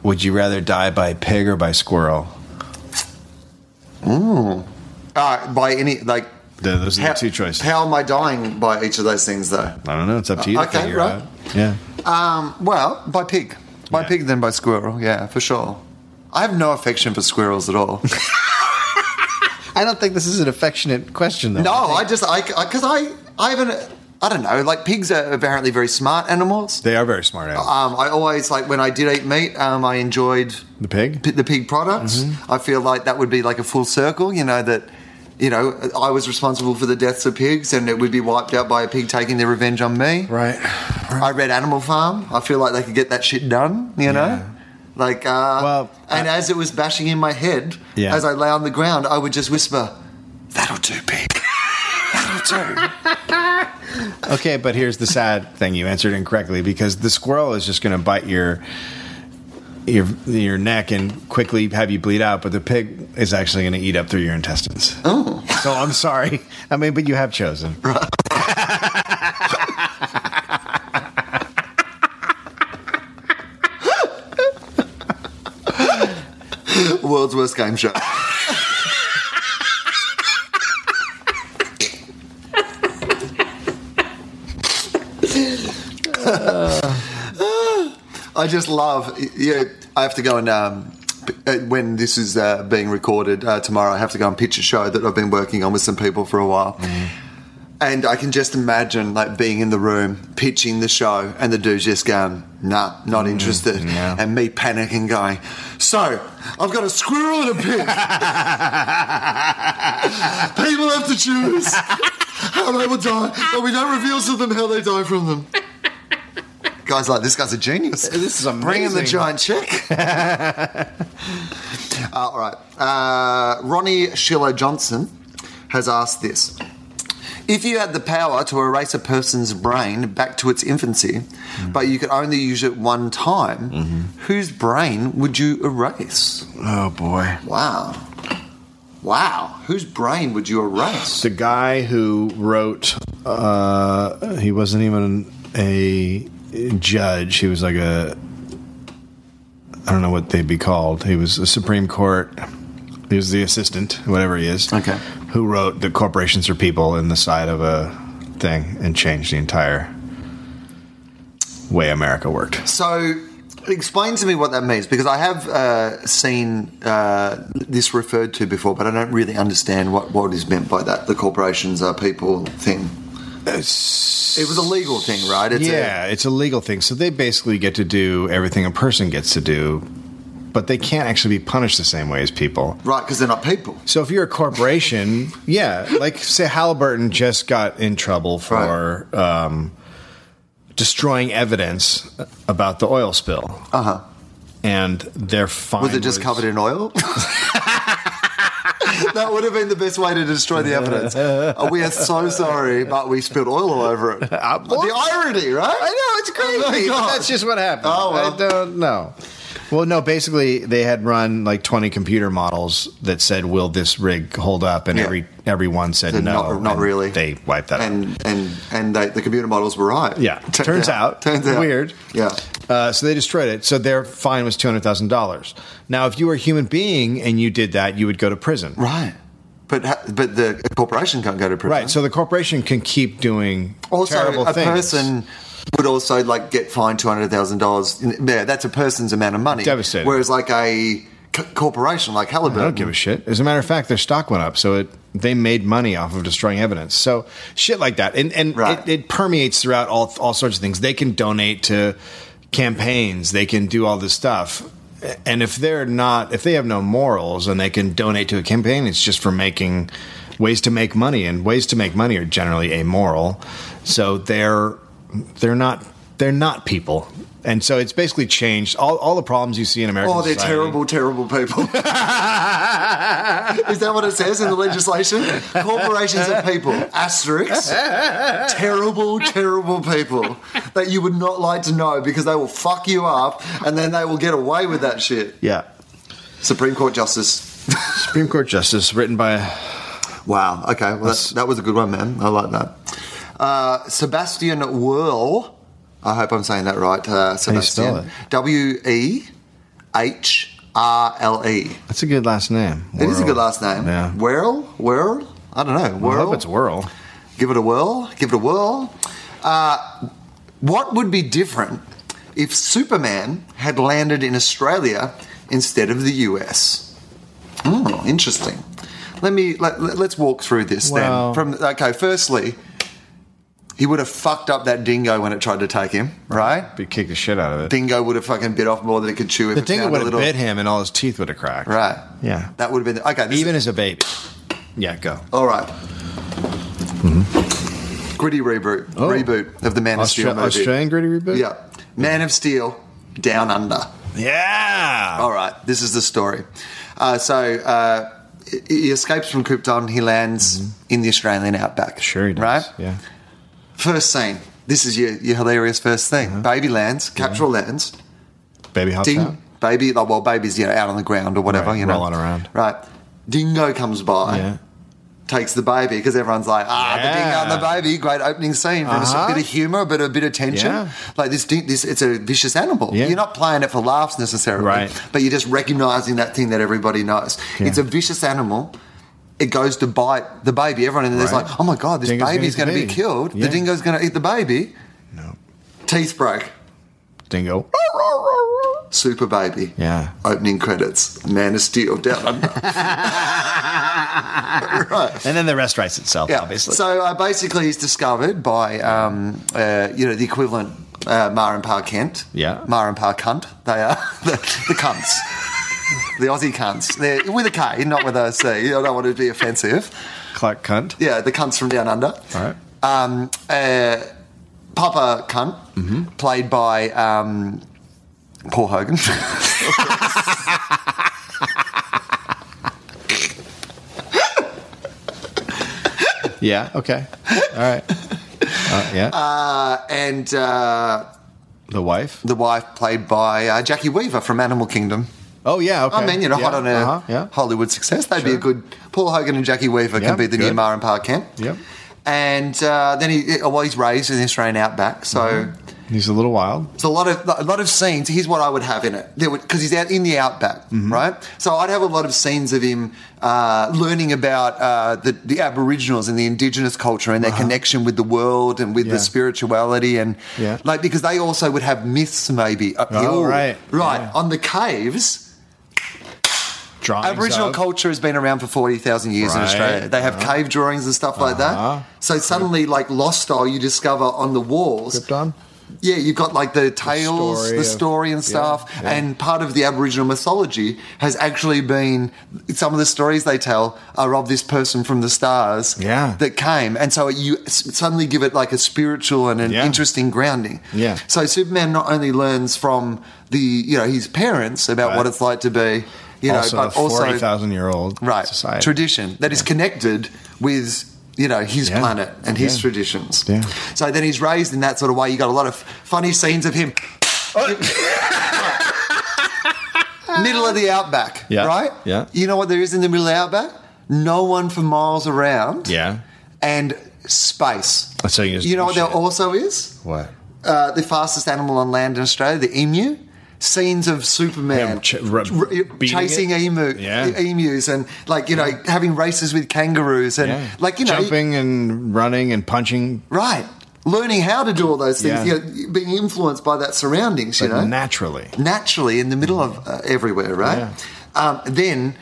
Speaker 4: would you rather die by pig or by squirrel?
Speaker 1: Uh, by any, like,
Speaker 4: Th- Those are
Speaker 1: how,
Speaker 4: the two choices.
Speaker 1: how am I dying by each of those things, though?
Speaker 4: I don't know. It's up to you.
Speaker 1: Uh,
Speaker 4: to
Speaker 1: okay,
Speaker 4: figure
Speaker 1: right.
Speaker 4: out. Yeah.
Speaker 1: Um, well, by pig. By
Speaker 4: Yeah.
Speaker 1: pig, then by squirrel. Yeah, for sure. I have no affection for squirrels at all.
Speaker 4: I don't think this is an affectionate question, though.
Speaker 1: No, I just, I, because I, I haven't, I don't know, like, pigs are apparently very smart animals.
Speaker 4: They are very smart animals.
Speaker 1: Um, I always like when I did eat meat. Um, I enjoyed
Speaker 4: the pig?
Speaker 1: p- the pig products. I feel like that would be like a full circle. You know that you know, I was responsible for the deaths of pigs and it would be wiped out by a pig taking their revenge on me.
Speaker 4: Right.
Speaker 1: I read Animal Farm. I feel like they could get that shit done, you know? Like, uh,
Speaker 4: Well,
Speaker 1: and
Speaker 4: I-
Speaker 1: as it was bashing in my head,
Speaker 4: Yeah.
Speaker 1: as I lay on the ground, I would just whisper, That'll do, pig. That'll do.
Speaker 4: Okay, but here's the sad thing: you answered incorrectly because the squirrel is just going to bite your your your neck and quickly have you bleed out. But the pig is actually going to eat up through your intestines. Oh, so I'm sorry. I mean, but you have chosen.
Speaker 1: World's worst game show. I just love. Yeah, I have to go and um, p- uh, when this is uh, being recorded uh, tomorrow, I have to go and pitch a show that I've been working on with some people for a while. And I can just imagine like being in the room pitching the show, and the dude's just going, "Nah, not interested," and me panicking, going, "So I've got a squirrel and a pig. people have to choose how they will die, but we don't reveal to them how they die from them." Guys, like this guy's a genius.
Speaker 4: This is
Speaker 1: Bringing the giant
Speaker 4: amazing.
Speaker 1: check. uh, all right. Uh, Ronnie Schiller Johnson has asked this. If you had the power to erase a person's brain back to its infancy,
Speaker 4: Mm-hmm.
Speaker 1: but you could only use it one time, whose brain would you erase?
Speaker 4: Oh boy.
Speaker 1: Wow. Wow. Whose brain would you erase?
Speaker 4: the guy who wrote uh he wasn't even a judge he was like a i don't know what they'd be called he was a supreme court he was the assistant whatever he is
Speaker 1: Okay.
Speaker 4: who wrote that corporations are people in the side of a thing and changed the entire way america worked
Speaker 1: So, explain to me what that means because I have uh, seen uh, this referred to before, but I don't really understand what, what is meant by that. The corporations are people thing. It was a legal thing, right? It's a-
Speaker 4: yeah it's a legal thing so they basically get to do everything a person gets to do but they can't actually be punished the same way as people
Speaker 1: right, because they're not people.
Speaker 4: So if you're a corporation, yeah, like say Halliburton just got in trouble for um, destroying evidence about the oil spill. Uh huh. And their fine
Speaker 1: Ah. Was it just covered in oil? that would have been the best way to destroy the evidence. Oh, we are so sorry, but we spilled oil all over it.
Speaker 4: Uh,
Speaker 1: the irony, right? Oh I know, it's
Speaker 4: crazy. That's just what happened.
Speaker 1: Oh, well.
Speaker 4: I don't know. Well, no, basically they had run like 20 computer models that said, "Will this rig hold up?" And
Speaker 1: Yeah.
Speaker 4: every everyone said
Speaker 1: Said,
Speaker 4: no.
Speaker 1: "Not- not
Speaker 4: and
Speaker 1: really."
Speaker 4: They wiped that. out.
Speaker 1: And and and they, the computer models were right.
Speaker 4: Yeah. Turns out.
Speaker 1: Turns out.
Speaker 4: Weird.
Speaker 1: Yeah.
Speaker 4: Uh, so they destroyed it. So their fine was two hundred thousand dollars. Now, if you were a human being and you did that, you would go to prison.
Speaker 1: Right. But ha- but the corporation can't go to prison.
Speaker 4: Right. So the corporation can keep doing
Speaker 1: also
Speaker 4: terrible
Speaker 1: Oh, a
Speaker 4: things.
Speaker 1: person would also like get fined two hundred thousand dollars. Yeah, that's a person's amount of money.
Speaker 4: Devastating.
Speaker 1: Whereas like a c- corporation like
Speaker 4: I
Speaker 1: Halliburton,
Speaker 4: don't give a shit. As a matter of fact, their stock went up, so it they made money off of destroying evidence. So shit like that, and and
Speaker 1: Right.
Speaker 4: it, it permeates throughout all all sorts of things. They can donate to campaigns, they can do all this stuff, and if they're not, if they have no morals, and they can donate to a campaign, it's just for making ways to make money, and ways to make money are generally amoral. So they're they're not they're not people. And so it's basically changed all, all the problems you see in America.
Speaker 1: Oh, they're terrible, terrible people. Is that what it says in the legislation? Corporations are people. Asterisks. terrible, terrible people that you would not like to know because they will fuck you up and then they will get away with that shit.
Speaker 4: Yeah.
Speaker 1: Supreme Court Justice.
Speaker 4: Supreme Court Justice, written by
Speaker 1: Wow. Okay. Well, that's, that was a good one, man. I like that. Uh, Sebastian Whirl. I hope I'm saying that right. Uh,
Speaker 4: you spell
Speaker 1: Sebastian. W E H R L E.
Speaker 4: that's a good last name.
Speaker 1: It is a good last name.
Speaker 4: Yeah.
Speaker 1: Whirl? Whirl? I don't know.
Speaker 4: I
Speaker 1: Whirl?
Speaker 4: hope it's Whirl.
Speaker 1: Give it a whirl. Give it a whirl. Uh, what would be different if Superman had landed in Australia instead of the US? Mm, interesting. Let me let, let- let's walk through this
Speaker 4: Wow.
Speaker 1: then. From okay, firstly, he would have fucked up that dingo when it tried to take him, right?
Speaker 4: Be kicked the shit out of it.
Speaker 1: Dingo would have fucking bit off more than it could chew. If
Speaker 4: the
Speaker 1: it
Speaker 4: thing
Speaker 1: found
Speaker 4: would
Speaker 1: a
Speaker 4: have
Speaker 1: little,
Speaker 4: bit him, and all his teeth would have cracked.
Speaker 1: right?
Speaker 4: Yeah.
Speaker 1: That would have been okay. this-
Speaker 4: Even as a baby. Yeah, go.
Speaker 1: All right. Mm-hmm. Gritty reboot,
Speaker 4: Oh.
Speaker 1: reboot of the Man of Steel
Speaker 4: Austra-
Speaker 1: movie.
Speaker 4: Australian gritty reboot.
Speaker 1: Yeah, Man of Steel, Down Under.
Speaker 4: Yeah.
Speaker 1: All right, this is the story. Uh, so uh, he- he escapes from Krypton. He lands in the Australian outback.
Speaker 4: Mm-hmm. Sure he does.
Speaker 1: Right.
Speaker 4: Yeah.
Speaker 1: First scene. This is your, your hilarious first thing. Baby lands. Capsule lands.
Speaker 4: Baby hops
Speaker 1: Ding.
Speaker 4: Uh-huh. out.
Speaker 1: Baby. Like, well, baby's you know, out on the ground or whatever.
Speaker 4: Right,
Speaker 1: You know,
Speaker 4: rolling around.
Speaker 1: Right. Dingo comes by
Speaker 4: Yeah.
Speaker 1: takes the baby because everyone's like, ah, the ding
Speaker 4: Yeah.
Speaker 1: on the baby. Great opening scene from
Speaker 4: Uh-huh.
Speaker 1: a bit of humor, but a bit of tension.
Speaker 4: Yeah.
Speaker 1: Like this, ding, this it's a vicious animal.
Speaker 4: Yeah.
Speaker 1: You're not playing it for laughs necessarily,
Speaker 4: Right.
Speaker 1: but you're just recognizing that thing that everybody knows.
Speaker 4: Yeah.
Speaker 1: It's a vicious animal. It goes to bite the baby. Everyone in there's
Speaker 4: Right.
Speaker 1: like, oh my god, this
Speaker 4: Dingo's gonna
Speaker 1: baby's
Speaker 4: eat the
Speaker 1: going to be
Speaker 4: baby."
Speaker 1: killed.
Speaker 4: Yeah.
Speaker 1: The dingo's going to eat the baby.
Speaker 4: No.
Speaker 1: Teeth break.
Speaker 4: Dingo.
Speaker 1: Super baby.
Speaker 4: Yeah.
Speaker 1: Opening credits. Man of Steel down under. right.
Speaker 4: And then the rest writes itself,
Speaker 1: Yeah.
Speaker 4: obviously.
Speaker 1: So uh, basically, he's discovered by um, uh, you know the equivalent uh, Mar and Par Kent.
Speaker 4: Yeah.
Speaker 1: Mar and Par cunt. They are the, the cunts. The Aussie cunts. They're with a K, not with a C. I don't want to be offensive.
Speaker 4: Clark Cunt.
Speaker 1: Yeah, the cunts from down under.
Speaker 4: All right.
Speaker 1: Um, uh, Papa cunt,
Speaker 4: Mm-hmm.
Speaker 1: played by um, Paul Hogan.
Speaker 4: Yeah. Okay. All right. Uh, yeah.
Speaker 1: uh, and uh,
Speaker 4: the wife.
Speaker 1: the wife played by uh, Jackie Weaver from Animal Kingdom.
Speaker 4: Oh yeah. Okay.
Speaker 1: I mean, you know,
Speaker 4: yeah.
Speaker 1: hot on a
Speaker 4: uh-huh, yeah.
Speaker 1: Hollywood success. They'd be a
Speaker 4: Sure.
Speaker 1: good. Paul Hogan and Jackie Weaver
Speaker 4: Yeah,
Speaker 1: can be the new
Speaker 4: good.
Speaker 1: Mar and Park Kent.
Speaker 4: Yep.
Speaker 1: And uh, then he, well, he's raised in the Australian outback, so
Speaker 4: Mm-hmm. He's a little wild.
Speaker 1: it's a lot of a lot of scenes. Here's what I would have in it. There would because he's out in the outback,
Speaker 4: Mm-hmm.
Speaker 1: right? So I'd have a lot of scenes of him uh, learning about uh, the, the Aboriginals and the Indigenous culture and their connection with the world and with the
Speaker 4: Uh-huh. Yeah.
Speaker 1: spirituality and
Speaker 4: Yeah.
Speaker 1: like because they also would have myths maybe. Uh,
Speaker 4: Oh, right.
Speaker 1: right
Speaker 4: Yeah.
Speaker 1: on the caves.
Speaker 4: Drawings
Speaker 1: Aboriginal
Speaker 4: of-
Speaker 1: culture has been around for 40,000 years in
Speaker 4: Right.
Speaker 1: Australia. They have cave drawings and stuff like
Speaker 4: Uh-huh.
Speaker 1: that. So suddenly, like Lost Style, you discover on the walls.
Speaker 4: Krypton.
Speaker 1: Yeah, you've got like the tales, the story,
Speaker 4: story of-
Speaker 1: and
Speaker 4: yeah,
Speaker 1: stuff.
Speaker 4: yeah.
Speaker 1: And part of the Aboriginal mythology has actually been some of the stories they tell are of this person from the stars
Speaker 4: Yeah.
Speaker 1: that came. And so you s- suddenly give it like a spiritual and an
Speaker 4: Yeah.
Speaker 1: interesting grounding.
Speaker 4: Yeah.
Speaker 1: So Superman not only learns from the, you know, his parents about
Speaker 4: Right.
Speaker 1: what it's like to be. You know,
Speaker 4: also
Speaker 1: but
Speaker 4: a
Speaker 1: also
Speaker 4: forty thousand year old
Speaker 1: right
Speaker 4: society.
Speaker 1: tradition that is connected with you know his
Speaker 4: Yeah.
Speaker 1: planet and his
Speaker 4: Yeah.
Speaker 1: traditions.
Speaker 4: Yeah.
Speaker 1: So then he's raised in that sort of way. You got a lot of funny scenes of him. middle of the outback,
Speaker 4: Yeah.
Speaker 1: right?
Speaker 4: Yeah.
Speaker 1: You know what there is in the middle of the outback? No one for miles around.
Speaker 4: Yeah.
Speaker 1: And space.
Speaker 4: So you, just
Speaker 1: You know what there
Speaker 4: shit.
Speaker 1: also is?
Speaker 4: What?
Speaker 1: uh, the fastest animal on land in Australia, the emu. Scenes of Superman
Speaker 4: Him ch- r- beating
Speaker 1: chasing
Speaker 4: it?
Speaker 1: emu,
Speaker 4: Yeah.
Speaker 1: emus, and like you know having races with kangaroos, and
Speaker 4: Yeah.
Speaker 1: like you know,
Speaker 4: jumping and running and punching
Speaker 1: right, learning how to do all those things, you
Speaker 4: Yeah.
Speaker 1: know, being influenced by that surroundings, you
Speaker 4: but
Speaker 1: know,
Speaker 4: naturally.
Speaker 1: naturally in the middle of uh, everywhere, right? Um, then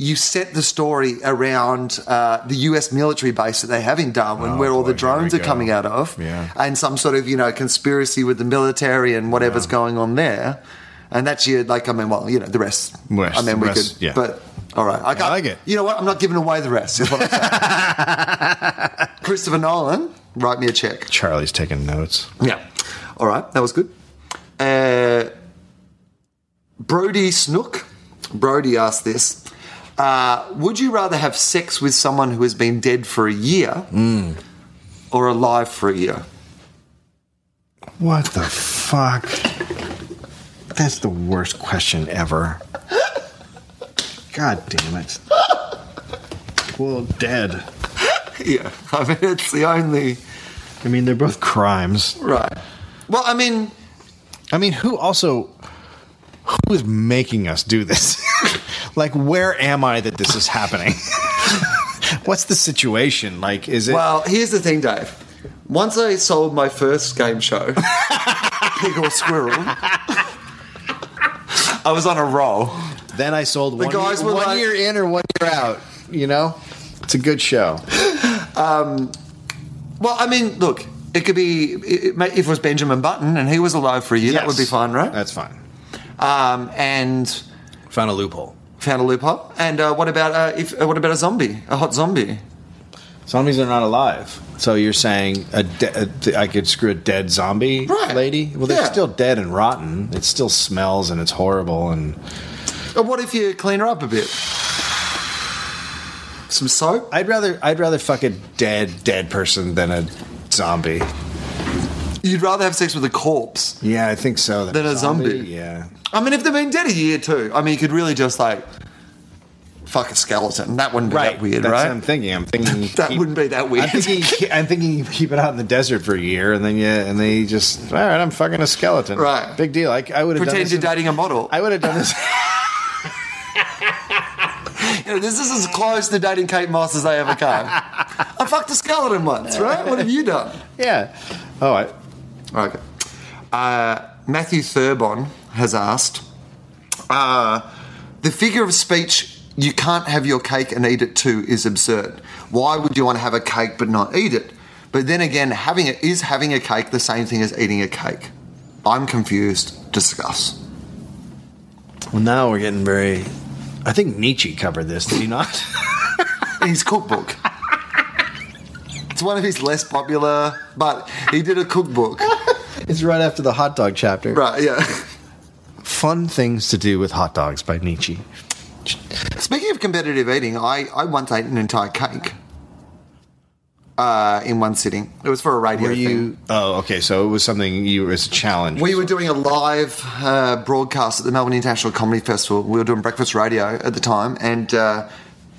Speaker 1: you set the story around uh, the U.S. military base that they have in Darwin,
Speaker 4: Oh,
Speaker 1: where all the
Speaker 4: boy, here
Speaker 1: drones are
Speaker 4: we go.
Speaker 1: coming out of,
Speaker 4: Yeah.
Speaker 1: and some sort of you know conspiracy with the military and whatever's going on there. And that's your like, I mean, well, you know, the rest.
Speaker 4: Rest,
Speaker 1: I mean, we
Speaker 4: rest,
Speaker 1: could,
Speaker 4: yeah.
Speaker 1: but all right, I, can't-
Speaker 4: like it.
Speaker 1: You know what? I'm not giving away the rest. Is what I'm saying. Christopher Nolan, write me a check.
Speaker 4: Charlie's taking notes.
Speaker 1: Yeah. All right, that was good. Uh, Brody Snook. Brody asked this. Uh, would you rather have sex with someone who has been dead for a year or alive for a year?
Speaker 4: What the fuck? That's the worst question ever. God damn it. Well, dead.
Speaker 1: Yeah. I mean, it's the only.
Speaker 4: I mean, they're both crimes.
Speaker 1: Right. Well, I mean,
Speaker 4: I mean, who also who is making us do this? like, where am I that this is happening? What's the situation? Like, is it?
Speaker 1: well, here's the thing, Dave. Once I sold my first game show, Pig or Squirrel, I was on a roll.
Speaker 4: then I sold one,
Speaker 1: guys
Speaker 4: year,
Speaker 1: were
Speaker 4: one
Speaker 1: like-
Speaker 4: year in or one year out. You know, it's a good show.
Speaker 1: Well, I mean, look, it could be it, it, may- if it was Benjamin Button and he was alive for a year, that would be
Speaker 4: Yes.
Speaker 1: fine, right?
Speaker 4: That's fine.
Speaker 1: Um, and
Speaker 4: Found a loophole.
Speaker 1: Found a loophole. And uh, what about uh, if uh, what about a zombie? A hot zombie?
Speaker 4: Zombies are not alive. So you're saying a de- a d- I could screw a dead zombie
Speaker 1: Right.
Speaker 4: lady? Well, they're
Speaker 1: Yeah.
Speaker 4: still dead and rotten. It still smells and it's horrible. And
Speaker 1: Or Uh, what if you clean her up a bit? Some soap.
Speaker 4: I'd rather I'd rather fuck a dead dead person than a zombie.
Speaker 1: You'd rather have sex with a corpse.
Speaker 4: Yeah, I think so.
Speaker 1: Than a zombie.
Speaker 4: Yeah.
Speaker 1: I mean, if they've been dead a year too, I mean, you could really just like fuck a skeleton. That wouldn't be that weird,
Speaker 4: That's
Speaker 1: right?
Speaker 4: what I'm thinking. I'm thinking you
Speaker 1: That wouldn't be that weird.
Speaker 4: I'm thinking, you ke- I'm thinking you keep it out in the desert for a year, and then you and they just all right. I'm fucking a skeleton.
Speaker 1: Right.
Speaker 4: Big deal. I, I would have done
Speaker 1: Pretend
Speaker 4: this
Speaker 1: you're
Speaker 4: in-
Speaker 1: dating a model.
Speaker 4: I would have done this.
Speaker 1: You know, this is as close to dating Kate Moss as I ever came. I fucked a skeleton once, right? What have you done?
Speaker 4: yeah. Oh, I,
Speaker 1: Okay. Uh, Matthew Thurbon has asked uh, The figure of speech, you can't have your cake and eat it too, is absurd. Why would you want to have a cake but not eat it? But then again, having it is having a cake the same thing as eating a cake. I'm confused. Discuss.
Speaker 4: well, now we're getting very. I think Nietzsche covered this. Did he not?
Speaker 1: in his cookbook. it's one of his less popular, but he did a cookbook.
Speaker 4: it's right after the hot dog chapter.
Speaker 1: Right, yeah.
Speaker 4: Fun things to do with hot dogs by Nietzsche.
Speaker 1: Speaking of competitive eating, I, I once ate an entire cake uh, in one sitting. It was for a radio
Speaker 4: Were
Speaker 1: thing.
Speaker 4: you? Oh, okay. So it was something you. It was a challenge.
Speaker 1: We were doing a live uh, broadcast at the Melbourne International Comedy Festival. We were doing breakfast radio at the time, and uh,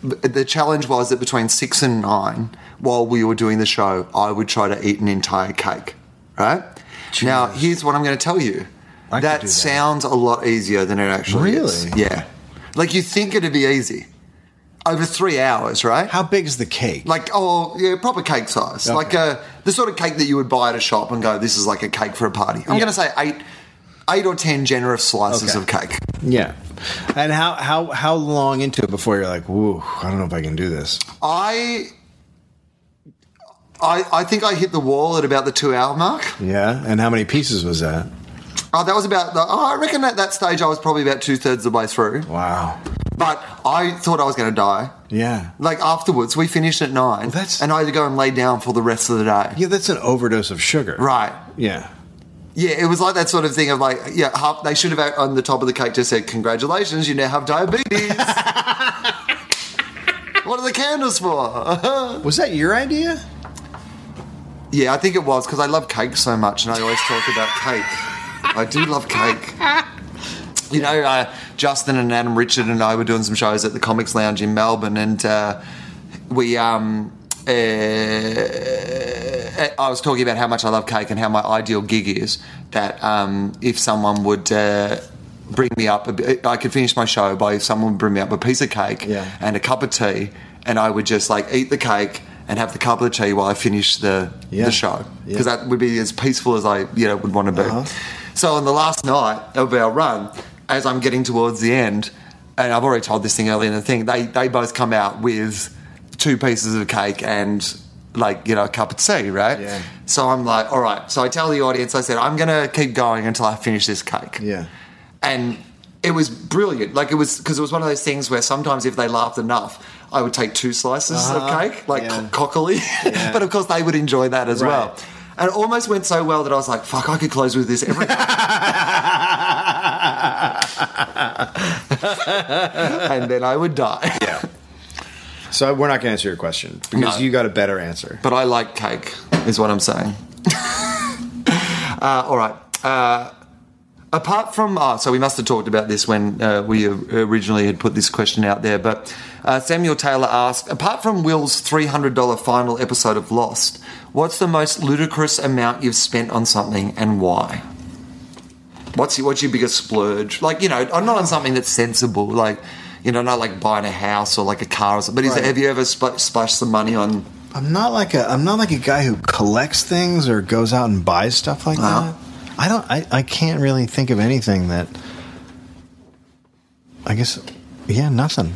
Speaker 1: b- the challenge was that between six and nine, while we were doing the show, I would try to eat an entire cake. Right now, here's what I'm going to tell you.
Speaker 4: I could
Speaker 1: that,
Speaker 4: do that.
Speaker 1: sounds a lot easier than it actually is.
Speaker 4: Really?
Speaker 1: Yeah, like you think it'd be easy over three hours, right?
Speaker 4: How big is the cake?
Speaker 1: like oh yeah, proper cake size,
Speaker 4: Okay.
Speaker 1: like uh, the sort of cake that you would buy at a shop and go, this is like a cake for a party. I'm going to say eight, eight or ten generous slices
Speaker 4: Okay.
Speaker 1: of cake.
Speaker 4: Yeah. And how how how long into it before you're like, whoa, I don't know if I can do this.
Speaker 1: I, I, I think I hit the wall at about the two hour mark.
Speaker 4: Yeah. And how many pieces was that?
Speaker 1: Oh, that was about. The, oh, I reckon at that stage I was probably about two thirds of the way through.
Speaker 4: Wow.
Speaker 1: But I thought I was going to die.
Speaker 4: Yeah.
Speaker 1: Like afterwards, we finished at nine,
Speaker 4: that's-
Speaker 1: and I had to go and lay down for the rest of the day.
Speaker 4: Yeah, that's an overdose of sugar.
Speaker 1: Right.
Speaker 4: Yeah.
Speaker 1: Yeah, it was like that sort of thing of like, yeah, half, they should have on the top of the cake just said, "Congratulations, you now have diabetes." what are the candles for?
Speaker 4: Was that your idea?
Speaker 1: yeah, I think it was because I love cake so much, and I always talk about cake. I do love cake. You know, uh, Justin and Adam Richard and I were doing some shows at the Comics Lounge in Melbourne, and uh, we. Um, uh, I was talking about how much I love cake and how my ideal gig is that um, if someone would uh, bring me up, a bit- I could finish my show by if someone would bring me up a piece of cake
Speaker 4: Yeah.
Speaker 1: and a cup of tea, and I would just like eat the cake and have the cup of tea while I finish the
Speaker 4: Yeah.
Speaker 1: the show
Speaker 4: Yeah. Uh-huh.
Speaker 1: because that would be as peaceful as I you know would want to be. So on the last night of our run, as I'm getting towards the end, and I've already told this thing earlier in the thing, they they both come out with two pieces of cake and like you know a cup of tea, right?
Speaker 4: Yeah.
Speaker 1: So I'm like, all right. So I tell the audience, I said, I'm gonna keep going until I finish this cake
Speaker 4: Yeah.
Speaker 1: and it was brilliant. Like it was because it was one of those things where sometimes if they laughed enough, I would take two slices
Speaker 4: Uh-huh.
Speaker 1: of cake, like
Speaker 4: Yeah.
Speaker 1: co- cockily. but of course, they would enjoy that as
Speaker 4: Right.
Speaker 1: well. And it almost went so well that I was like, "Fuck, I could close with this every." night." and then I would die.
Speaker 4: yeah. So we're not going to answer your question because
Speaker 1: No.
Speaker 4: you got a better answer.
Speaker 1: But I like cake, is what I'm saying. uh, all right. Uh, apart from, ah, so we must have talked about this when uh, we originally had put this question out there, but uh, Samuel Taylor asked Apart from Will's $300 final episode of Lost, what's the most ludicrous amount you've spent on something and why? What's your, what's your biggest splurge? Like, you know, not on something that's sensible, like, you know, not like buying a house or like a car or something, but is
Speaker 4: Right.
Speaker 1: have you ever spl- splashed some money on
Speaker 4: I'm not like a I'm not like a guy who collects things or goes out and buys stuff like
Speaker 1: Uh-huh.
Speaker 4: that. I don't I, I can't really think of anything that I guess yeah, nothing.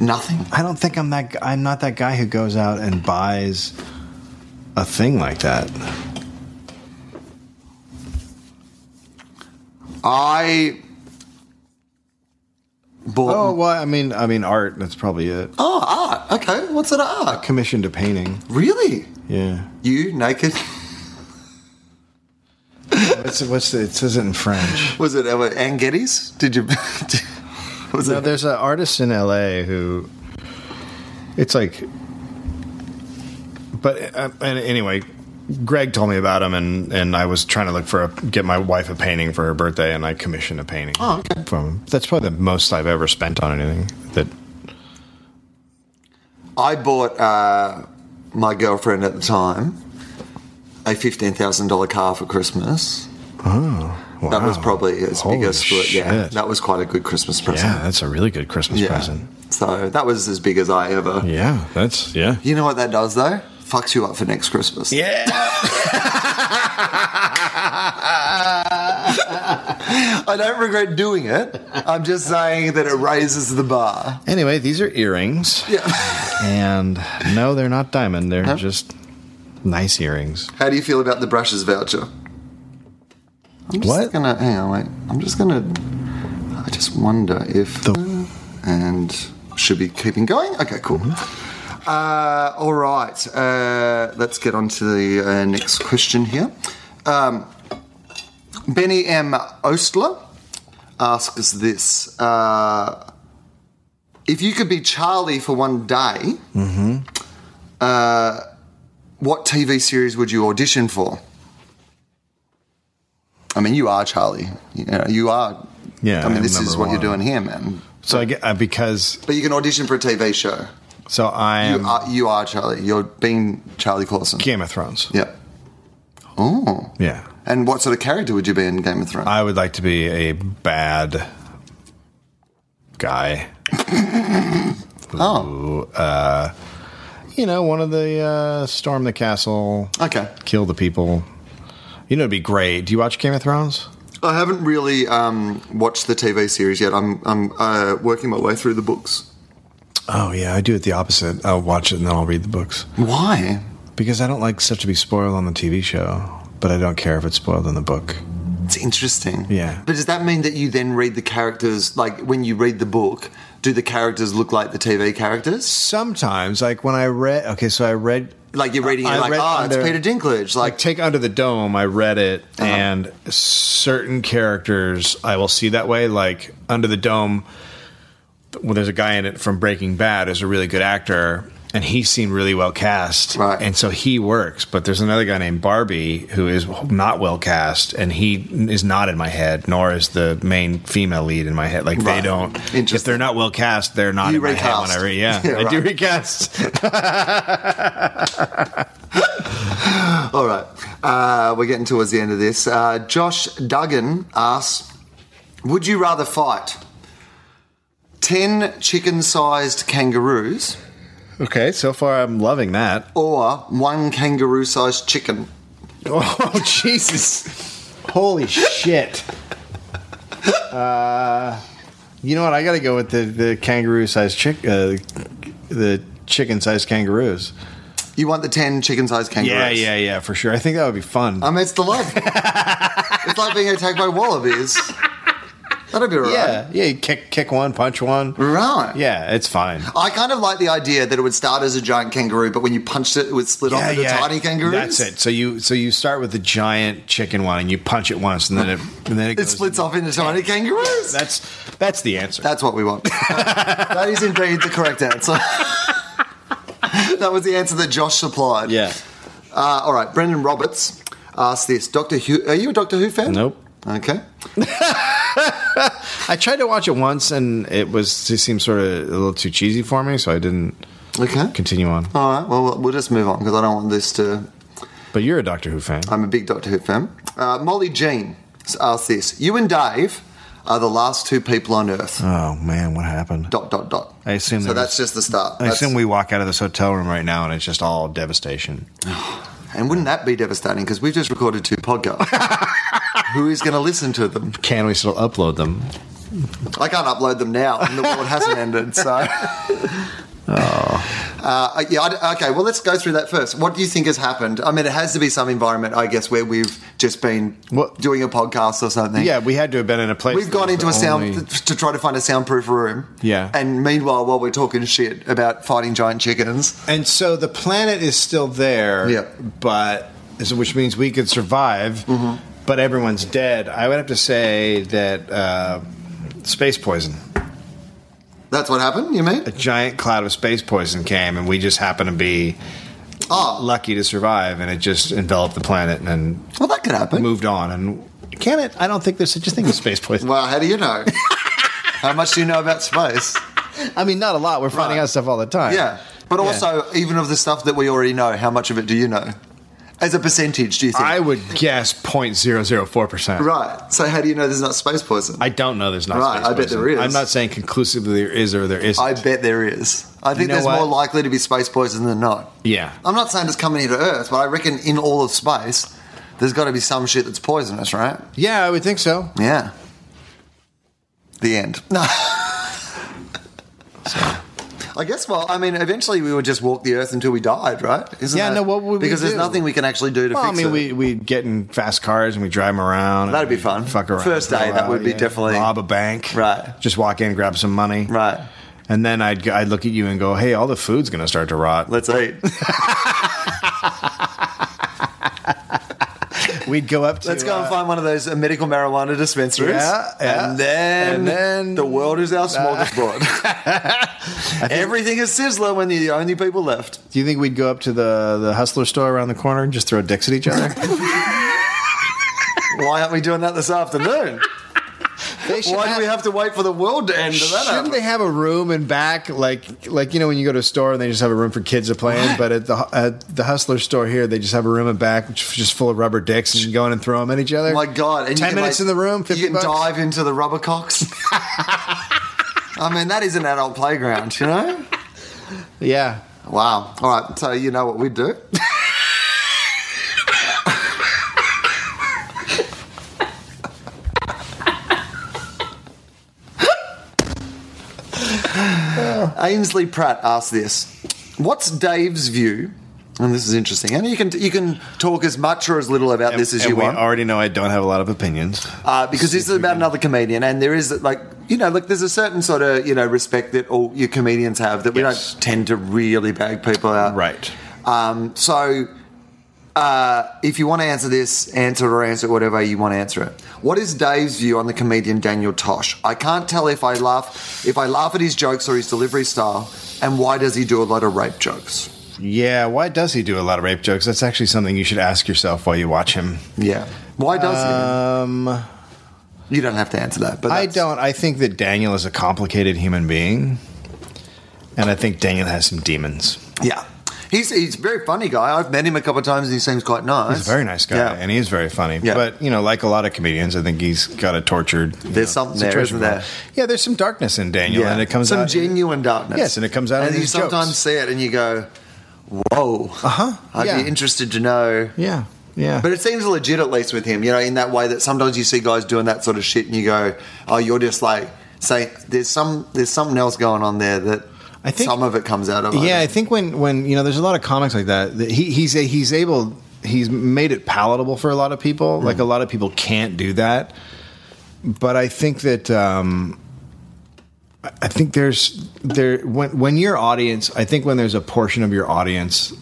Speaker 1: nothing?
Speaker 4: I don't think I'm that. gu- I'm not that guy who goes out and buys a thing like that.
Speaker 1: I
Speaker 4: Oh
Speaker 1: Bought.
Speaker 4: well, I mean, I mean art. That's probably it.
Speaker 1: Oh, art. Okay. What's an arc?
Speaker 4: Commissioned a painting.
Speaker 1: Really?
Speaker 4: Yeah.
Speaker 1: You naked?
Speaker 4: What's what's the, it says it in French.
Speaker 1: Was it uh, Ann Geddes? Did you? was
Speaker 4: No,
Speaker 1: it?
Speaker 4: there's an artist in L.A. who it's like, but uh, and anyway, Greg told me about him, and and I was trying to look for a get my wife a painting for her birthday, and I commissioned a painting.
Speaker 1: Oh, okay.
Speaker 4: From him. that's probably the most I've ever spent on anything. That
Speaker 1: I bought uh, my girlfriend at the time a fifteen thousand dollar car for Christmas.
Speaker 4: oh wow.
Speaker 1: That was probably as
Speaker 4: Holy
Speaker 1: big as yeah.
Speaker 4: shit.
Speaker 1: That was quite a good Christmas present.
Speaker 4: yeah, that's a really good Christmas present.
Speaker 1: So that was as big as I ever.
Speaker 4: Yeah, that's yeah.
Speaker 1: You know what that does though? Fucks you up for next Christmas.
Speaker 4: Yeah.
Speaker 1: I don't regret doing it. I'm just saying that it raises the bar.
Speaker 4: Anyway, these are earrings.
Speaker 1: Yeah.
Speaker 4: And no, they're not diamond. They're just nice earrings.
Speaker 1: How do you feel about the brushes voucher? I'm just
Speaker 4: What?
Speaker 1: Gonna, hang on, wait. I'm just gonna. I just wonder if
Speaker 4: The-
Speaker 1: and should be keeping going. Okay, cool.
Speaker 4: Mm-hmm.
Speaker 1: Uh, all right, uh, let's get on to the uh, next question here. Um, Benny M. Ostler asks this: uh, If you could be Charlie for one day,
Speaker 4: Mm-hmm.
Speaker 1: uh, what TV series would you audition for? I mean, you are Charlie. You, know, you are.
Speaker 4: Yeah,
Speaker 1: I mean,
Speaker 4: I'm
Speaker 1: this is
Speaker 4: number
Speaker 1: what you're doing
Speaker 4: one.
Speaker 1: here, man.
Speaker 4: So I get uh, because
Speaker 1: But you can audition for a TV show.
Speaker 4: so I am
Speaker 1: you, are, you are Charlie. You're being Charlie Clausen.
Speaker 4: Game of Thrones.
Speaker 1: Yep. Oh.
Speaker 4: Yeah.
Speaker 1: And what sort of character would you be in Game of Thrones?
Speaker 4: I would like to be a bad guy.
Speaker 1: oh.
Speaker 4: uh, You know, one of the uh, storm the castle,
Speaker 1: Okay.
Speaker 4: kill the people. You know, it'd be great. Do you watch Game of Thrones?
Speaker 1: I haven't really um, watched the TV series yet. I'm I'm uh, working my way through the books.
Speaker 4: Oh yeah, I do it the opposite. I'll watch it and then I'll read the books.
Speaker 1: Why?
Speaker 4: Because I don't like stuff to be spoiled on the TV show, but I don't care if it's spoiled in the book.
Speaker 1: It's interesting.
Speaker 4: Yeah.
Speaker 1: But does that mean that you then read the characters like when you read the book? Do the characters look like the TV characters?
Speaker 4: Sometimes, like when I read, okay, so I read,
Speaker 1: Like you're reading, you're
Speaker 4: I
Speaker 1: like,
Speaker 4: read
Speaker 1: oh,
Speaker 4: under-
Speaker 1: it's Peter Dinklage.
Speaker 4: like
Speaker 1: Like, Uh-huh.
Speaker 4: Take Under the Dome, I read it, and certain characters I will see that way. Like Under the Dome, well, there's a guy in it from Breaking Bad who's a really good actor, and he seemed really well cast,
Speaker 1: Right.
Speaker 4: and so he works. But there's another guy named Barbie who is not well cast, and he is not in my head, nor is the main female lead in my head. Like they
Speaker 1: Right.
Speaker 4: don't. If
Speaker 1: Interesting.
Speaker 4: they're not well cast, they're not
Speaker 1: You
Speaker 4: in my head
Speaker 1: recast.
Speaker 4: when I read. Yeah,
Speaker 1: Yeah,
Speaker 4: I do
Speaker 1: right.
Speaker 4: recast.
Speaker 1: all right, uh, we're getting towards the end of this. Uh, Josh Duggan asks, "Would you rather fight ten chicken-sized kangaroos
Speaker 4: okay, so far I'm loving that.
Speaker 1: or one kangaroo-sized chicken?"
Speaker 4: Oh Jesus! Holy shit! Uh, you know what? I got to go with the, the kangaroo sized chick, uh, the chicken sized kangaroos.
Speaker 1: You want the ten chicken-sized kangaroos?
Speaker 4: Yeah, yeah, yeah, for sure. I think that would be fun.
Speaker 1: I mean, it's the love. it's like being attacked by wallabies. That'd be all right.
Speaker 4: yeah, yeah. You kick, kick one, punch one.
Speaker 1: Right.
Speaker 4: Yeah, it's fine.
Speaker 1: I kind of like the idea that it would start as a giant kangaroo, but when you punched it, it would split off
Speaker 4: yeah,
Speaker 1: into tiny kangaroos.
Speaker 4: That's it. So you so you start with the giant chicken one, and you punch it once, and then it and then it,
Speaker 1: It
Speaker 4: goes
Speaker 1: splits off into tiny kangaroos.
Speaker 4: That's that's the answer.
Speaker 1: That's what we want. that is indeed the correct answer. that was the answer that Josh supplied.
Speaker 4: yeah.
Speaker 1: Uh, all right. Brendan Roberts asked this Doctor Who. Are you a Doctor Who fan?
Speaker 4: Nope.
Speaker 1: Okay.
Speaker 4: I tried to watch it once, and it was it seemed sort of a little too cheesy for me, so I didn't
Speaker 1: Okay.
Speaker 4: continue on.
Speaker 1: All right. Well, we'll- we'll just move on because I don't want this to
Speaker 4: But you're a Doctor Who fan.
Speaker 1: I'm a big Doctor Who fan. Uh, Molly Jean asks this: You and Dave are the last two people on Earth.
Speaker 4: oh man, what happened?
Speaker 1: dot dot dot.
Speaker 4: I assume
Speaker 1: so.
Speaker 4: there
Speaker 1: That's
Speaker 4: was-
Speaker 1: just the start.
Speaker 4: I
Speaker 1: That's-
Speaker 4: assume we walk out of this hotel room right now, and it's just all devastation.
Speaker 1: And wouldn't that be devastating? Because we've just recorded two podcasts. Who is going to listen to them?
Speaker 4: Can we still upload them?
Speaker 1: I can't upload them now, and the world hasn't ended. So, Uh, yeah, I, okay, well, let's go through that first. What do you think has happened? I mean, it has to be some environment, I guess, where we've just been
Speaker 4: What-
Speaker 1: doing a podcast or something.
Speaker 4: Yeah, we had to have been in a place.
Speaker 1: We've
Speaker 4: that
Speaker 1: gone
Speaker 4: was
Speaker 1: into a sound
Speaker 4: only-
Speaker 1: to try to find a soundproof room.
Speaker 4: Yeah.
Speaker 1: And meanwhile, while we're talking shit about fighting giant chickens,
Speaker 4: And so the planet is still there,
Speaker 1: Yeah.
Speaker 4: but so- which means we could survive,
Speaker 1: Mm-hmm.
Speaker 4: but everyone's dead. I would have to say that uh, space poison,
Speaker 1: that's what happened. You mean?
Speaker 4: a giant cloud of space poison came, and we just happened to be
Speaker 1: Oh.
Speaker 4: lucky to survive, and it just enveloped the planet and then
Speaker 1: Well, that could happen.
Speaker 4: moved on. And can it? I don't think there's such a thing as space poison.
Speaker 1: Well, how do you know? how much do you know about space?
Speaker 4: I mean, not a lot. We're finding
Speaker 1: Right.
Speaker 4: out stuff all the time.
Speaker 1: Yeah. But
Speaker 4: Yeah.
Speaker 1: also, even of the stuff that we already know, how much of it do you know? As a percentage, do you think?
Speaker 4: I would guess 0.004%.
Speaker 1: right. So, how do you know there's not space poison?
Speaker 4: I don't know. There's not.
Speaker 1: Right,
Speaker 4: space
Speaker 1: I bet
Speaker 4: poison.
Speaker 1: there is.
Speaker 4: I'm not saying conclusively there is or there isn't.
Speaker 1: I bet there is. I think
Speaker 4: know
Speaker 1: there's more
Speaker 4: what?
Speaker 1: likely to be space poison than not.
Speaker 4: Yeah.
Speaker 1: I'm not saying it's coming here to Earth, but I reckon in all of space, there's got to be some shit that's poisonous, right?
Speaker 4: yeah, I would think so.
Speaker 1: Yeah. The end. No. I guess. Well, I mean, eventually we would just walk the Earth until we died, right? Isn't
Speaker 4: Yeah,
Speaker 1: that-
Speaker 4: no, what would we
Speaker 1: because there's
Speaker 4: do?
Speaker 1: nothing we can actually do to
Speaker 4: Well, I
Speaker 1: fix
Speaker 4: mean,
Speaker 1: it.
Speaker 4: we we get in fast cars and we drive them around. and
Speaker 1: That'd be
Speaker 4: we
Speaker 1: fun.
Speaker 4: Fuck around.
Speaker 1: First
Speaker 4: for a
Speaker 1: day, that
Speaker 4: while,
Speaker 1: would be
Speaker 4: yeah.
Speaker 1: definitely-
Speaker 4: rob a bank,
Speaker 1: Right.
Speaker 4: Just walk in, grab some money,
Speaker 1: right.
Speaker 4: And then I'd go- I'd look at you and go, "Hey, all the food's gonna start to rot."
Speaker 1: Let's eat.
Speaker 4: We'd go up to.
Speaker 1: Let's go and
Speaker 4: uh,
Speaker 1: find one of those uh, medical marijuana dispensaries.
Speaker 4: Yeah, yeah.
Speaker 1: And, then
Speaker 4: And then-
Speaker 1: the world is our smorgasbord. Everything is sizzler when you're the only people left.
Speaker 4: Do you think we'd go up to the the hustler store around the corner and just throw dicks at each other?
Speaker 1: Why aren't we doing that this afternoon?
Speaker 4: They should
Speaker 1: Why do we have to wait for the world to end? To that
Speaker 4: Shouldn't
Speaker 1: happen?
Speaker 4: they have a room in back, like like you know when you go to a store and they just have a room for kids to play in? But at the at the hustler store here, they just have a room in back which is just full of rubber dicks and you can go in and throw them at each other.
Speaker 1: My God! And you
Speaker 4: ten
Speaker 1: can,
Speaker 4: minutes
Speaker 1: like-
Speaker 4: in the room, fifty
Speaker 1: You can
Speaker 4: bucks.
Speaker 1: dive into the rubber cocks. I mean, that is an adult playground, you know.
Speaker 4: Yeah,
Speaker 1: Wow. All right. So you know what we do. Ainsley Pratt asked this: What's Dave's view? And this is interesting. And you can you can talk as much or as little about this as
Speaker 4: And
Speaker 1: you
Speaker 4: we
Speaker 1: want
Speaker 4: already know I don't have a lot of opinions.
Speaker 1: uh, because this is about another comedian, and there is like you know, look, there's a certain sort of you know respect that all your comedians have that we
Speaker 4: Yes.
Speaker 1: don't tend to really bag people out,
Speaker 4: Right.
Speaker 1: Um, so, uh, if you want to answer this, answer it or answer it whatever you want to answer it. What is Dave's view on the comedian Daniel Tosh? I can't tell if I laugh if I laugh at his jokes or his delivery style, and why does he do a lot of rape jokes?
Speaker 4: Yeah, why does he do a lot of rape jokes? That's actually something you should ask yourself while you watch him.
Speaker 1: Yeah, why does
Speaker 4: Um,
Speaker 1: he? You don't have to answer that, but
Speaker 4: I
Speaker 1: that's-
Speaker 4: don't. I think that Daniel is a complicated human being, and I think Daniel has some demons.
Speaker 1: Yeah. He's, he's a very funny guy. I've met him a couple of times and he seems quite nice.
Speaker 4: He's a very nice guy,
Speaker 1: Yeah.
Speaker 4: and he is very funny.
Speaker 1: Yeah.
Speaker 4: But you know, like a lot of comedians, I think he's got a tortured. you
Speaker 1: There's
Speaker 4: know,
Speaker 1: something there,
Speaker 4: situation
Speaker 1: isn't there?
Speaker 4: going on. Yeah, there's some darkness in Daniel, and it comes
Speaker 1: Some
Speaker 4: out.
Speaker 1: genuine darkness.
Speaker 4: Yes, and it comes out
Speaker 1: And
Speaker 4: in
Speaker 1: you
Speaker 4: his jokes. Uh-huh.
Speaker 1: sometimes see it and you go, whoa. Uh huh. I'd
Speaker 4: Yeah.
Speaker 1: be interested to know.
Speaker 4: yeah, yeah.
Speaker 1: But it seems legit, at least with him, you know, in that way that sometimes you see guys doing that sort of shit and you go, oh, you're just like, say, there's some there's something else going on there that
Speaker 4: I think-
Speaker 1: some of it comes out of. I
Speaker 4: yeah, I
Speaker 1: think.
Speaker 4: think when when you know, there's a lot of comics like that. that he, he's a, he's able. He's made it palatable for a lot of
Speaker 1: Hmm.
Speaker 4: people. Like a lot of people can't do that. But I think that um, I I think there's there when when your audience. I think when there's a portion of your audience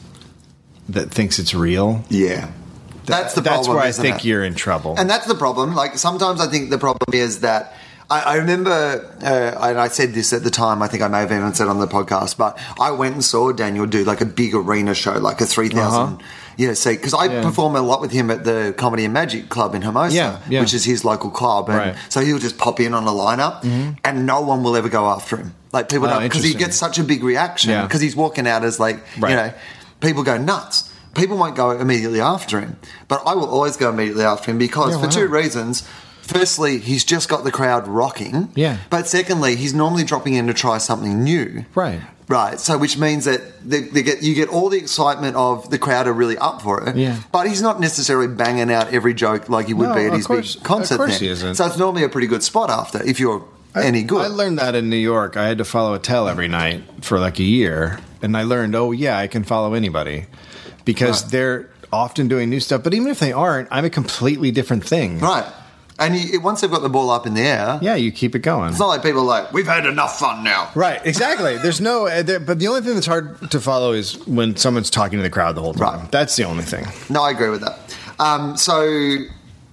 Speaker 4: that thinks it's real.
Speaker 1: Yeah. That's the problem.
Speaker 4: That's where I
Speaker 1: isn't
Speaker 4: think
Speaker 1: it?
Speaker 4: you're in trouble.
Speaker 1: And that's the problem. Like sometimes I think the problem is that I, I remember, uh, and I said this at the time. I think I may have even said on the podcast, but I went and saw Daniel do like a big arena show, like a three thousand. Yeah, see, because I
Speaker 4: Uh-huh. Yeah.
Speaker 1: perform a lot with him at the Comedy and Magic Club in Hermosa,
Speaker 4: Yeah, yeah.
Speaker 1: which is his local club, and
Speaker 4: Right. Mm-hmm.
Speaker 1: so he'll just pop in on a lineup, and no one will ever go after him. Like people
Speaker 4: Oh,
Speaker 1: don't because he
Speaker 4: interesting.
Speaker 1: gets such a big reaction
Speaker 4: Yeah.
Speaker 1: because he's walking out as like
Speaker 4: Right.
Speaker 1: you know people go nuts. People won't go immediately after him, but I will always go immediately after him because
Speaker 4: Yeah,
Speaker 1: for two
Speaker 4: wow.
Speaker 1: reasons. Firstly, he's just got the crowd rocking.
Speaker 4: Yeah.
Speaker 1: But secondly, he's normally dropping in to try something new.
Speaker 4: Right.
Speaker 1: Right. So, which means that they, they get you get all the excitement of the crowd are really up for it.
Speaker 4: Yeah.
Speaker 1: But he's not necessarily banging out every joke like he would
Speaker 4: No,
Speaker 1: be at
Speaker 4: of
Speaker 1: his
Speaker 4: course-
Speaker 1: big concert.
Speaker 4: of course
Speaker 1: thing.
Speaker 4: he isn't.
Speaker 1: So it's normally a pretty good spot after if you're any good.
Speaker 4: I learned that in New York. I had to follow a tell every night for like a year, and I learned, oh yeah, I can follow anybody because they're often doing new stuff. But even if they aren't, I'm a completely different thing.
Speaker 1: Right. And you, once they've got the ball up in the air,
Speaker 4: Yeah, you keep it going.
Speaker 1: it's not like people are like, we've had enough fun now.
Speaker 4: Right, exactly. There's no, uh, there, but the only thing that's hard to follow is when someone's talking to the crowd the whole time.
Speaker 1: Right.
Speaker 4: That's the only thing.
Speaker 1: No, I agree with that. Um, so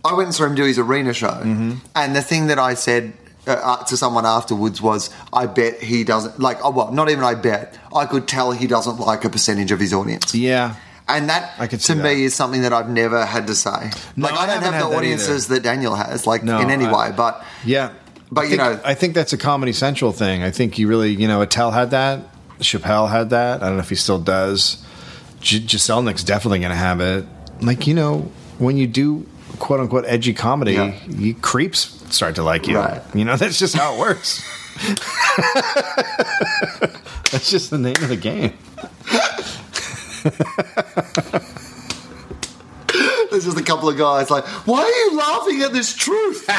Speaker 1: I went and saw him do his arena show,
Speaker 4: Mm-hmm.
Speaker 1: and the thing that I said uh, uh, to someone afterwards was, "I bet he doesn't like." Oh, well, not even I bet. I could tell he doesn't like a percentage of his audience.
Speaker 4: Yeah.
Speaker 1: And that,
Speaker 4: I could
Speaker 1: to
Speaker 4: see that.
Speaker 1: me, is something that I've never had to say.
Speaker 4: No,
Speaker 1: like,
Speaker 4: I
Speaker 1: I don't
Speaker 4: haven't
Speaker 1: have
Speaker 4: had
Speaker 1: the
Speaker 4: that
Speaker 1: audiences that Daniel has, like,
Speaker 4: No,
Speaker 1: in any
Speaker 4: I-
Speaker 1: way. But
Speaker 4: Yeah.
Speaker 1: But,
Speaker 4: I
Speaker 1: you
Speaker 4: think-
Speaker 1: know-
Speaker 4: I think that's a Comedy Central thing. I think you really, you know, Attell had that. Chappelle had that. I don't know if he still does. G- Giselnik's definitely going to have it. Like, you know, when you do quote unquote edgy comedy,
Speaker 1: Yeah.
Speaker 4: you creeps start to like you.
Speaker 1: Right.
Speaker 4: You know, that's just how it works. that's just the name of the game.
Speaker 1: there's just a couple of guys like, why are you laughing at this truth?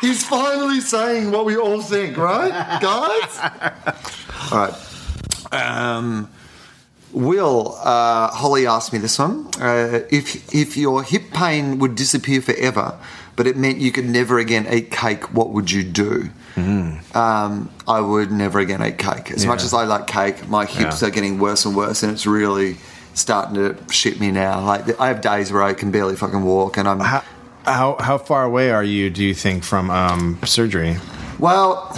Speaker 1: He's finally saying what we all think, right, guys? all right. Um, Will uh, Holly asked me this one: uh, if if your hip pain would disappear forever, but it meant you could never again eat cake, what would you do? Um, I would never again eat cake. As much
Speaker 4: Mm-hmm. Yeah.
Speaker 1: as I like cake, my hips
Speaker 4: Yeah.
Speaker 1: are getting worse and worse, and it's really starting to shit me now. Like I have days where I can barely fucking walk, and I'm
Speaker 4: How, how, how far away are you, do you think, from um, surgery?
Speaker 1: Well,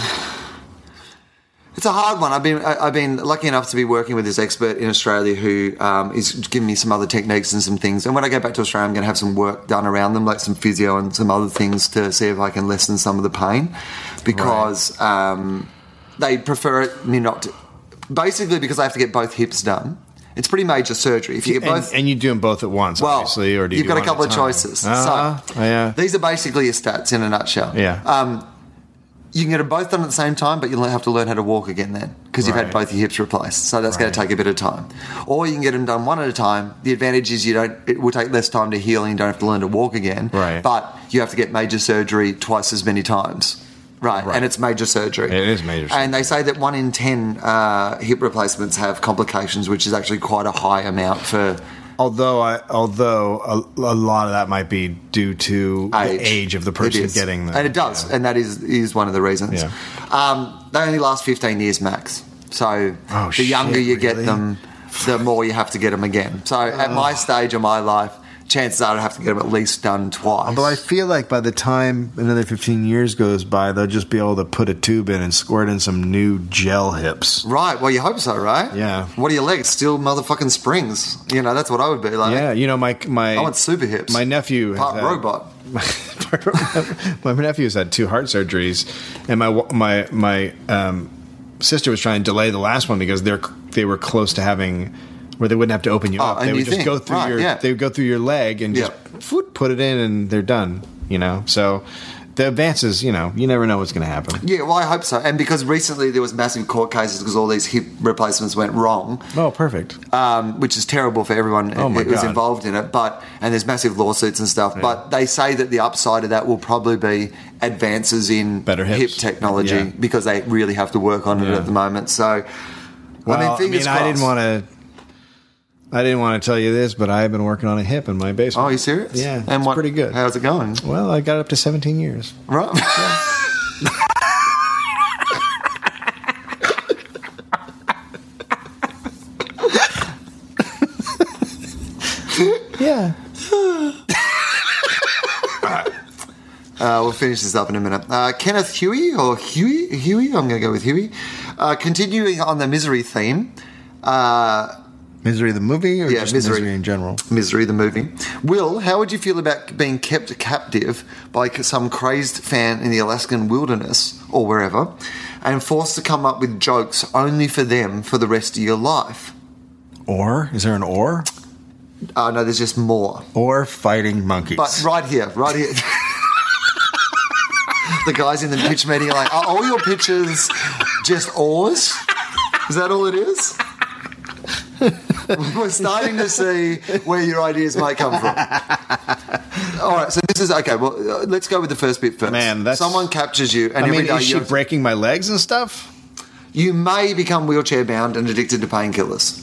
Speaker 1: it's a hard one. I've been I- I've been lucky enough to be working with this expert in Australia who um, is giving me some other techniques and some things. And when I go back to Australia, I'm going to have some work done around them, like some physio and some other things to see if I can lessen some of the pain, because um, they prefer it me not to. Basically, because I have to get both hips done. It's pretty major surgery. If you get
Speaker 4: And,
Speaker 1: both,
Speaker 4: and you do them both at once, obviously, or do you
Speaker 1: you've got
Speaker 4: do
Speaker 1: a
Speaker 4: one at
Speaker 1: couple of
Speaker 4: time?
Speaker 1: choices.
Speaker 4: Ah,
Speaker 1: so
Speaker 4: yeah.
Speaker 1: these are basically your stats in a nutshell.
Speaker 4: Yeah.
Speaker 1: Um, you can get them both done at the same time, but you'll have to learn how to walk again then because you've had
Speaker 4: Right.
Speaker 1: both your hips replaced. So that's going
Speaker 4: Right.
Speaker 1: to take a bit of time. Or you can get them done one at a time. The advantage is you don't. It will take less time to heal, and you don't have to learn to walk again.
Speaker 4: Right.
Speaker 1: But you have to get major surgery twice as many times. Right.
Speaker 4: Right.
Speaker 1: And it's major surgery.
Speaker 4: It is major
Speaker 1: And they say that one in ten uh, hip replacements have complications, which is actually quite a high amount for
Speaker 4: Although, I, although a, a lot of that might be due to
Speaker 1: age.
Speaker 4: the age of the
Speaker 1: It
Speaker 4: person
Speaker 1: is.
Speaker 4: getting the
Speaker 1: and it does,
Speaker 4: yeah.
Speaker 1: and that is is one of the reasons.
Speaker 4: Yeah.
Speaker 1: Um, they only last fifteen years max, so
Speaker 4: Oh,
Speaker 1: the
Speaker 4: shit,
Speaker 1: younger you get
Speaker 4: really?
Speaker 1: them, the more you have to get them again. So at my stage of my life, chances are I'd have to get them at least done twice.
Speaker 4: Oh, But I feel like by the time another 15 years goes by, they'll just be able to put a tube in and squirt in some new gel hips.
Speaker 1: Right, well, you hope so, right?
Speaker 4: Yeah.
Speaker 1: What are your legs? Still motherfucking springs. You know, that's what I would be like.
Speaker 4: Yeah, you know, my my
Speaker 1: I want super hips.
Speaker 4: my nephew has
Speaker 1: Part
Speaker 4: had-
Speaker 1: robot.
Speaker 4: my nephew's had two heart surgeries, and my my my um, sister was trying to delay the last one because they're they were close to having where they wouldn't have to open you
Speaker 1: Oh,
Speaker 4: up.
Speaker 1: and
Speaker 4: They
Speaker 1: you
Speaker 4: would just
Speaker 1: think,
Speaker 4: go through
Speaker 1: right,
Speaker 4: your
Speaker 1: yeah.
Speaker 4: they would go through your leg and just
Speaker 1: Yeah.
Speaker 4: foot, put it in, and they're done. You know, so the advances. You know, you never know what's going to happen.
Speaker 1: Yeah, well, I hope so. And because recently there was massive court cases because all these hip replacements went wrong,
Speaker 4: Oh, perfect.
Speaker 1: um, which is terrible for everyone
Speaker 4: Oh my
Speaker 1: who was
Speaker 4: God.
Speaker 1: involved in it. But and there's massive lawsuits and stuff. But they say that the upside of that will probably be advances in
Speaker 4: Better hips.
Speaker 1: hip technology
Speaker 4: Yeah.
Speaker 1: because they really have to work on it
Speaker 4: Yeah.
Speaker 1: at the moment. So,
Speaker 4: Well, I mean,
Speaker 1: fingers
Speaker 4: I didn't
Speaker 1: crossed.
Speaker 4: want to. I didn't want to tell you this, but I've been working on a hip in my basement.
Speaker 1: Oh, you serious?
Speaker 4: Yeah,
Speaker 1: and
Speaker 4: it's
Speaker 1: what,
Speaker 4: pretty good.
Speaker 1: How's it going?
Speaker 4: well, I got up to 17 years.
Speaker 1: Right.
Speaker 4: Yeah.
Speaker 1: Uh, we'll finish this up in a minute. Uh, Kenneth Huey, or Huey? Huey? I'm going to go with Huey. Uh, continuing on the misery theme,
Speaker 4: Misery the movie, or
Speaker 1: Yeah,
Speaker 4: just
Speaker 1: Misery.
Speaker 4: misery. in general?
Speaker 1: Misery the movie. Will, how would you feel about being kept captive by c- some crazed fan in the Alaskan wilderness or wherever and forced to come up with jokes only for them for the rest of your life?
Speaker 4: Or is there an or?
Speaker 1: Uh, no, there's just more.
Speaker 4: Or fighting monkeys?
Speaker 1: But right here, right here. the guys in the pitch meeting are like, are all your pitches just oars? Is that all it is? We're starting to see where your ideas might come from. All right, so this is okay. Well, uh, let's go with the first bit first.
Speaker 4: Man, that's-
Speaker 1: someone captures you, and
Speaker 4: I
Speaker 1: every
Speaker 4: mean,
Speaker 1: day
Speaker 4: is she
Speaker 1: you.
Speaker 4: breaking my legs and stuff?
Speaker 1: you may become wheelchair bound and addicted to painkillers.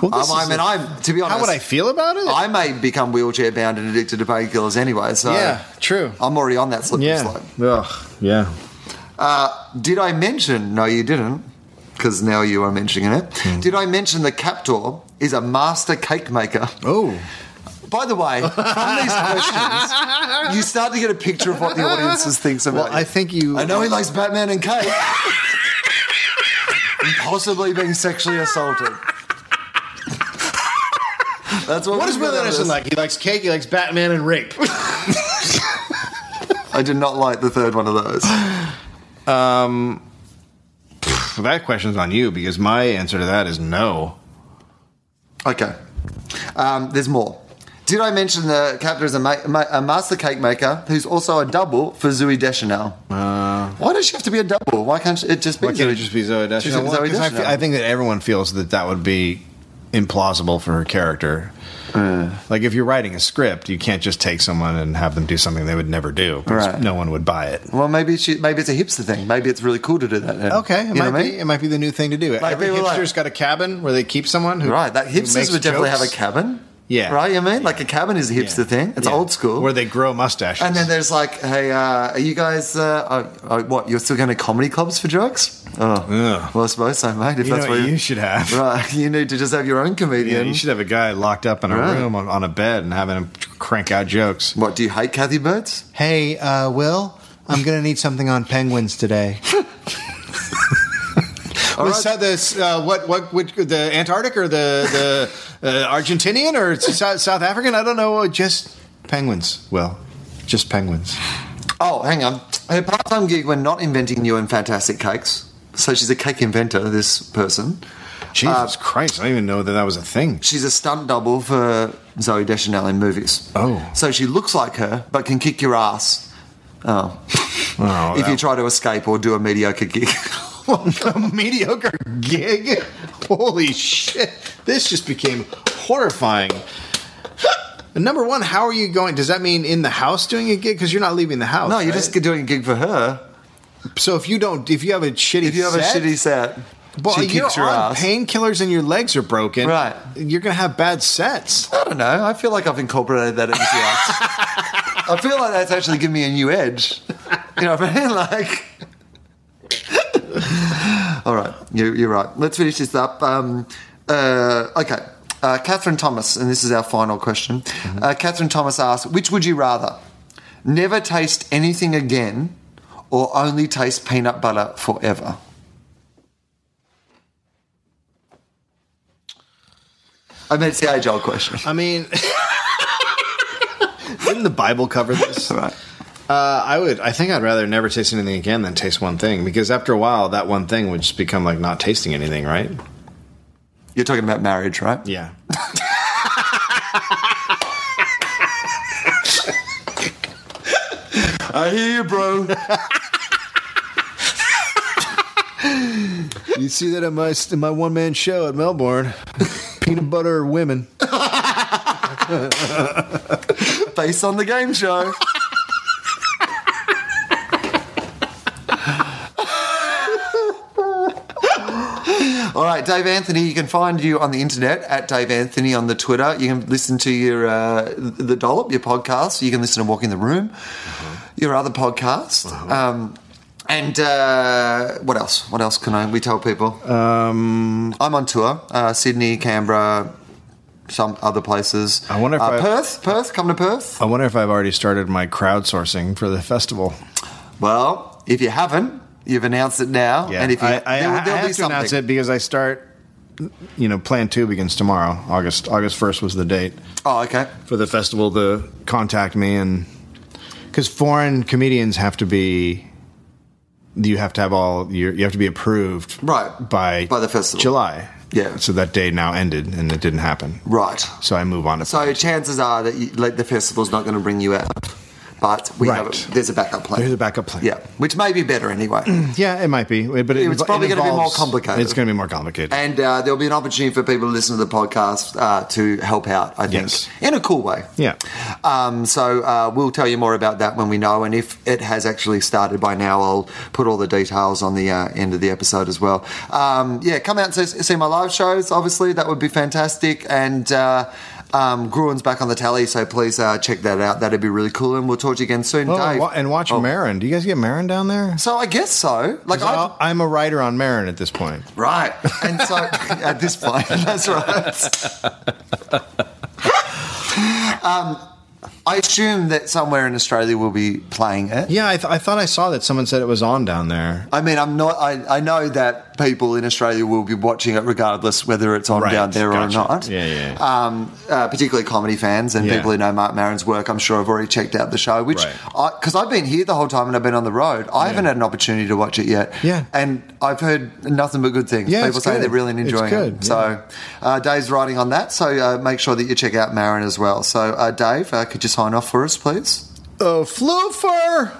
Speaker 4: Well, this
Speaker 1: Um, I
Speaker 4: is
Speaker 1: mean,
Speaker 4: a-
Speaker 1: I'm to be honest.
Speaker 4: How would I feel about it?
Speaker 1: I may become wheelchair bound and addicted to painkillers anyway. So
Speaker 4: Yeah, true.
Speaker 1: I'm already on that slippery
Speaker 4: yeah.
Speaker 1: slide.
Speaker 4: Ugh, yeah.
Speaker 1: Did I mention? No, you didn't, because now you are mentioning it.
Speaker 4: Hmm.
Speaker 1: Did I mention the Captor is a master cake maker?
Speaker 4: Oh.
Speaker 1: By the way, from these questions, you start to get a picture of what the audiences thinks about.
Speaker 4: Well,
Speaker 1: you.
Speaker 4: I think you.
Speaker 1: I know he likes Batman and cake, and possibly being sexually assaulted. That's what.
Speaker 4: What
Speaker 1: we
Speaker 4: is
Speaker 1: get
Speaker 4: Will
Speaker 1: out of
Speaker 4: Anderson
Speaker 1: this.
Speaker 4: like? He likes cake. He likes Batman and rape.
Speaker 1: I did not like the third one of those.
Speaker 4: Well, that question's on you because my answer to that is no.
Speaker 1: Okay. Um, there's more. Did I mention the captor is a, ma- ma- a master cake maker who's also a double for Zooey Deschanel? Why does she have to be a double? Why can't it just be?
Speaker 4: Uh, Why can't
Speaker 1: Zooey-
Speaker 4: it just be Zoe
Speaker 1: She
Speaker 4: Deschanel?
Speaker 1: said Zooey
Speaker 4: Because I,
Speaker 1: Deschanel.
Speaker 4: fe- I think that everyone feels that that would be implausible for her character.
Speaker 1: Uh.
Speaker 4: like if you're writing a script, you can't just take someone and have them do something they would never do. because
Speaker 1: Right.
Speaker 4: No one would buy it.
Speaker 1: Well, maybe she. Maybe it's a hipster thing. Maybe it's really cool to do that. now.
Speaker 4: Okay, it
Speaker 1: you
Speaker 4: might
Speaker 1: know what I
Speaker 4: be.
Speaker 1: mean?
Speaker 4: It might be the new thing to do. Every
Speaker 1: people like-
Speaker 4: hipster's got a cabin where they keep someone who
Speaker 1: Right, that
Speaker 4: who
Speaker 1: hipsters
Speaker 4: makes
Speaker 1: would definitely
Speaker 4: jokes.
Speaker 1: have a cabin.
Speaker 4: Yeah.
Speaker 1: right. You mean like a cabin is a hipster
Speaker 4: Yeah.
Speaker 1: thing? It's
Speaker 4: Yeah.
Speaker 1: old school.
Speaker 4: Where they grow mustaches.
Speaker 1: And then there's like, hey, uh, are you guys, uh, are, are, what, you're still going to comedy clubs for jokes? Oh,
Speaker 4: Ugh.
Speaker 1: well, I suppose so, mate. If
Speaker 4: you know
Speaker 1: that's
Speaker 4: what
Speaker 1: what
Speaker 4: you should have.
Speaker 1: Right, you need to just have your own
Speaker 4: Yeah,
Speaker 1: comedian.
Speaker 4: you should have a guy locked up in a
Speaker 1: Right.
Speaker 4: room on, on a bed and having him crank out jokes.
Speaker 1: What, do you hate Kathy Birds?
Speaker 4: Hey, uh, Will, I'm gonna need something on penguins today. we saw this. Uh, what? What? Which, the Antarctic or the the uh, Argentinian or South, South African? I don't know. uh, Just penguins. Will, just penguins.
Speaker 1: Oh, hang on. Her part time gig when not inventing new and fantastic cakes. So she's a cake inventor, this person.
Speaker 4: Jesus Christ! I didn't even know that that was a thing.
Speaker 1: She's a stunt double for Zoe Deschanel in movies.
Speaker 4: Oh.
Speaker 1: So she looks like her, but can kick your ass. Oh.
Speaker 4: Oh,
Speaker 1: if you
Speaker 4: that-
Speaker 1: try to escape or do a mediocre gig.
Speaker 4: a mediocre gig. Holy shit. This just became horrifying. Number one, how are you going? Does that mean in the house doing a gig? Because you're not leaving the house.
Speaker 1: no, you're
Speaker 4: right?
Speaker 1: just doing a gig for her.
Speaker 4: So if you don't, if you have a shitty,
Speaker 1: If you have
Speaker 4: set,
Speaker 1: a shitty set,
Speaker 4: well,
Speaker 1: she
Speaker 4: you're
Speaker 1: kicks your
Speaker 4: on
Speaker 1: ass.
Speaker 4: painkillers and your legs are broken.
Speaker 1: Right.
Speaker 4: You're gonna have bad sets.
Speaker 1: I don't know. I feel like I've incorporated that into the act. I feel like that's actually given me a new edge. You know what I mean? Like. All right, you, you're right. Let's finish this up. Um, uh, okay, uh, Catherine Thomas, and this is our final question. Uh, Catherine Thomas asks, which would you rather? Never taste anything again or only taste peanut butter forever? I mean, it's the age old question.
Speaker 4: I mean, didn't the Bible cover this?
Speaker 1: All right.
Speaker 4: Uh, I would. I think I'd rather never taste anything again than taste one thing because after a while, that one thing would just become like not tasting anything, right?
Speaker 1: You're talking about marriage, right?
Speaker 4: Yeah.
Speaker 1: I hear you, bro.
Speaker 4: You see that at my in my one man show at Melbourne, peanut butter or women.
Speaker 1: Based on the game show. All right, Dave Anthony. You can find you on the internet at Dave Anthony on the Twitter. You can listen to your uh, the dollop, your podcast. You can listen to Walk in the Room, your other podcast, um, and uh, what else? What else can I? We tell people.
Speaker 4: Um,
Speaker 1: I'm on tour, uh, Sydney, Canberra, some other places.
Speaker 4: I wonder if
Speaker 1: uh,
Speaker 4: I-
Speaker 1: Perth, Perth, come to Perth.
Speaker 4: I wonder if I've already started my crowdsourcing for the festival.
Speaker 1: Well, if you haven't, you've announced it now. And if you,
Speaker 4: I, I,
Speaker 1: there, will
Speaker 4: I have
Speaker 1: be
Speaker 4: to
Speaker 1: something.
Speaker 4: announce it because I start. You know, Plan Two begins tomorrow. August August first was the date
Speaker 1: Oh, okay.
Speaker 4: for the festival to contact me and because foreign comedians have to be. You have to have all your. You have to be approved
Speaker 1: Right.
Speaker 4: by
Speaker 1: By the festival.
Speaker 4: July.
Speaker 1: Yeah.
Speaker 4: So that day now ended, and it didn't happen.
Speaker 1: Right.
Speaker 4: So I move on to
Speaker 1: So chances are that you, like the festival's not going to bring you out. but we have
Speaker 4: Right.
Speaker 1: a, there's a backup plan.
Speaker 4: There's a backup plan.
Speaker 1: Yeah, which may be better anyway.
Speaker 4: Yeah, it might be, but it,
Speaker 1: It's probably
Speaker 4: it
Speaker 1: gonna be more
Speaker 4: involves-
Speaker 1: complicated.
Speaker 4: It's going to be more complicated.
Speaker 1: and uh, there'll be an opportunity for people to listen to the podcast uh, to help out, I think,
Speaker 4: Yes.
Speaker 1: in a cool way.
Speaker 4: yeah,
Speaker 1: Um, so uh, we'll tell you more about that when we know, and if it has actually started by now, I'll put all the details on the uh, end of the episode as well. Um, yeah, come out and see, see my live shows. Obviously, that would be fantastic, and. Uh, um, Gruen's back on the tally, so please uh, check that out. That'd be really cool, and we'll talk to you again soon,
Speaker 4: oh,
Speaker 1: Dave.
Speaker 4: wa- and watch Marin. Do you guys get Marin down there?
Speaker 1: so I guess so. Like I,
Speaker 4: I, am a writer on Marin at this point.
Speaker 1: right, and so at this point, that's right. um, I assume that somewhere in Australia we'll be playing it.
Speaker 4: Yeah, I, th- I thought I saw that someone said it was on down there.
Speaker 1: I mean, I'm not. I, I know that people in Australia will be watching it regardless whether it's on
Speaker 4: Right,
Speaker 1: down there
Speaker 4: gotcha.
Speaker 1: or not.
Speaker 4: Yeah, yeah,
Speaker 1: Um, uh, particularly comedy fans and
Speaker 4: Yeah.
Speaker 1: people who know Mark Maron's work. I'm sure have already checked out the show, which
Speaker 4: Right.
Speaker 1: because I've been here the whole time and I've been on the road, I haven't had an opportunity to watch it yet.
Speaker 4: Yeah.
Speaker 1: and I've heard nothing but good things.
Speaker 4: Yeah,
Speaker 1: people
Speaker 4: it's
Speaker 1: say
Speaker 4: good.
Speaker 1: they're really
Speaker 4: It's
Speaker 1: enjoying
Speaker 4: good,
Speaker 1: it. So, uh, Dave's writing on that. So uh, make sure that you check out Maron as uh, well. So, uh, Dave, uh, could you sign off for us, please?
Speaker 4: Oh, floofer!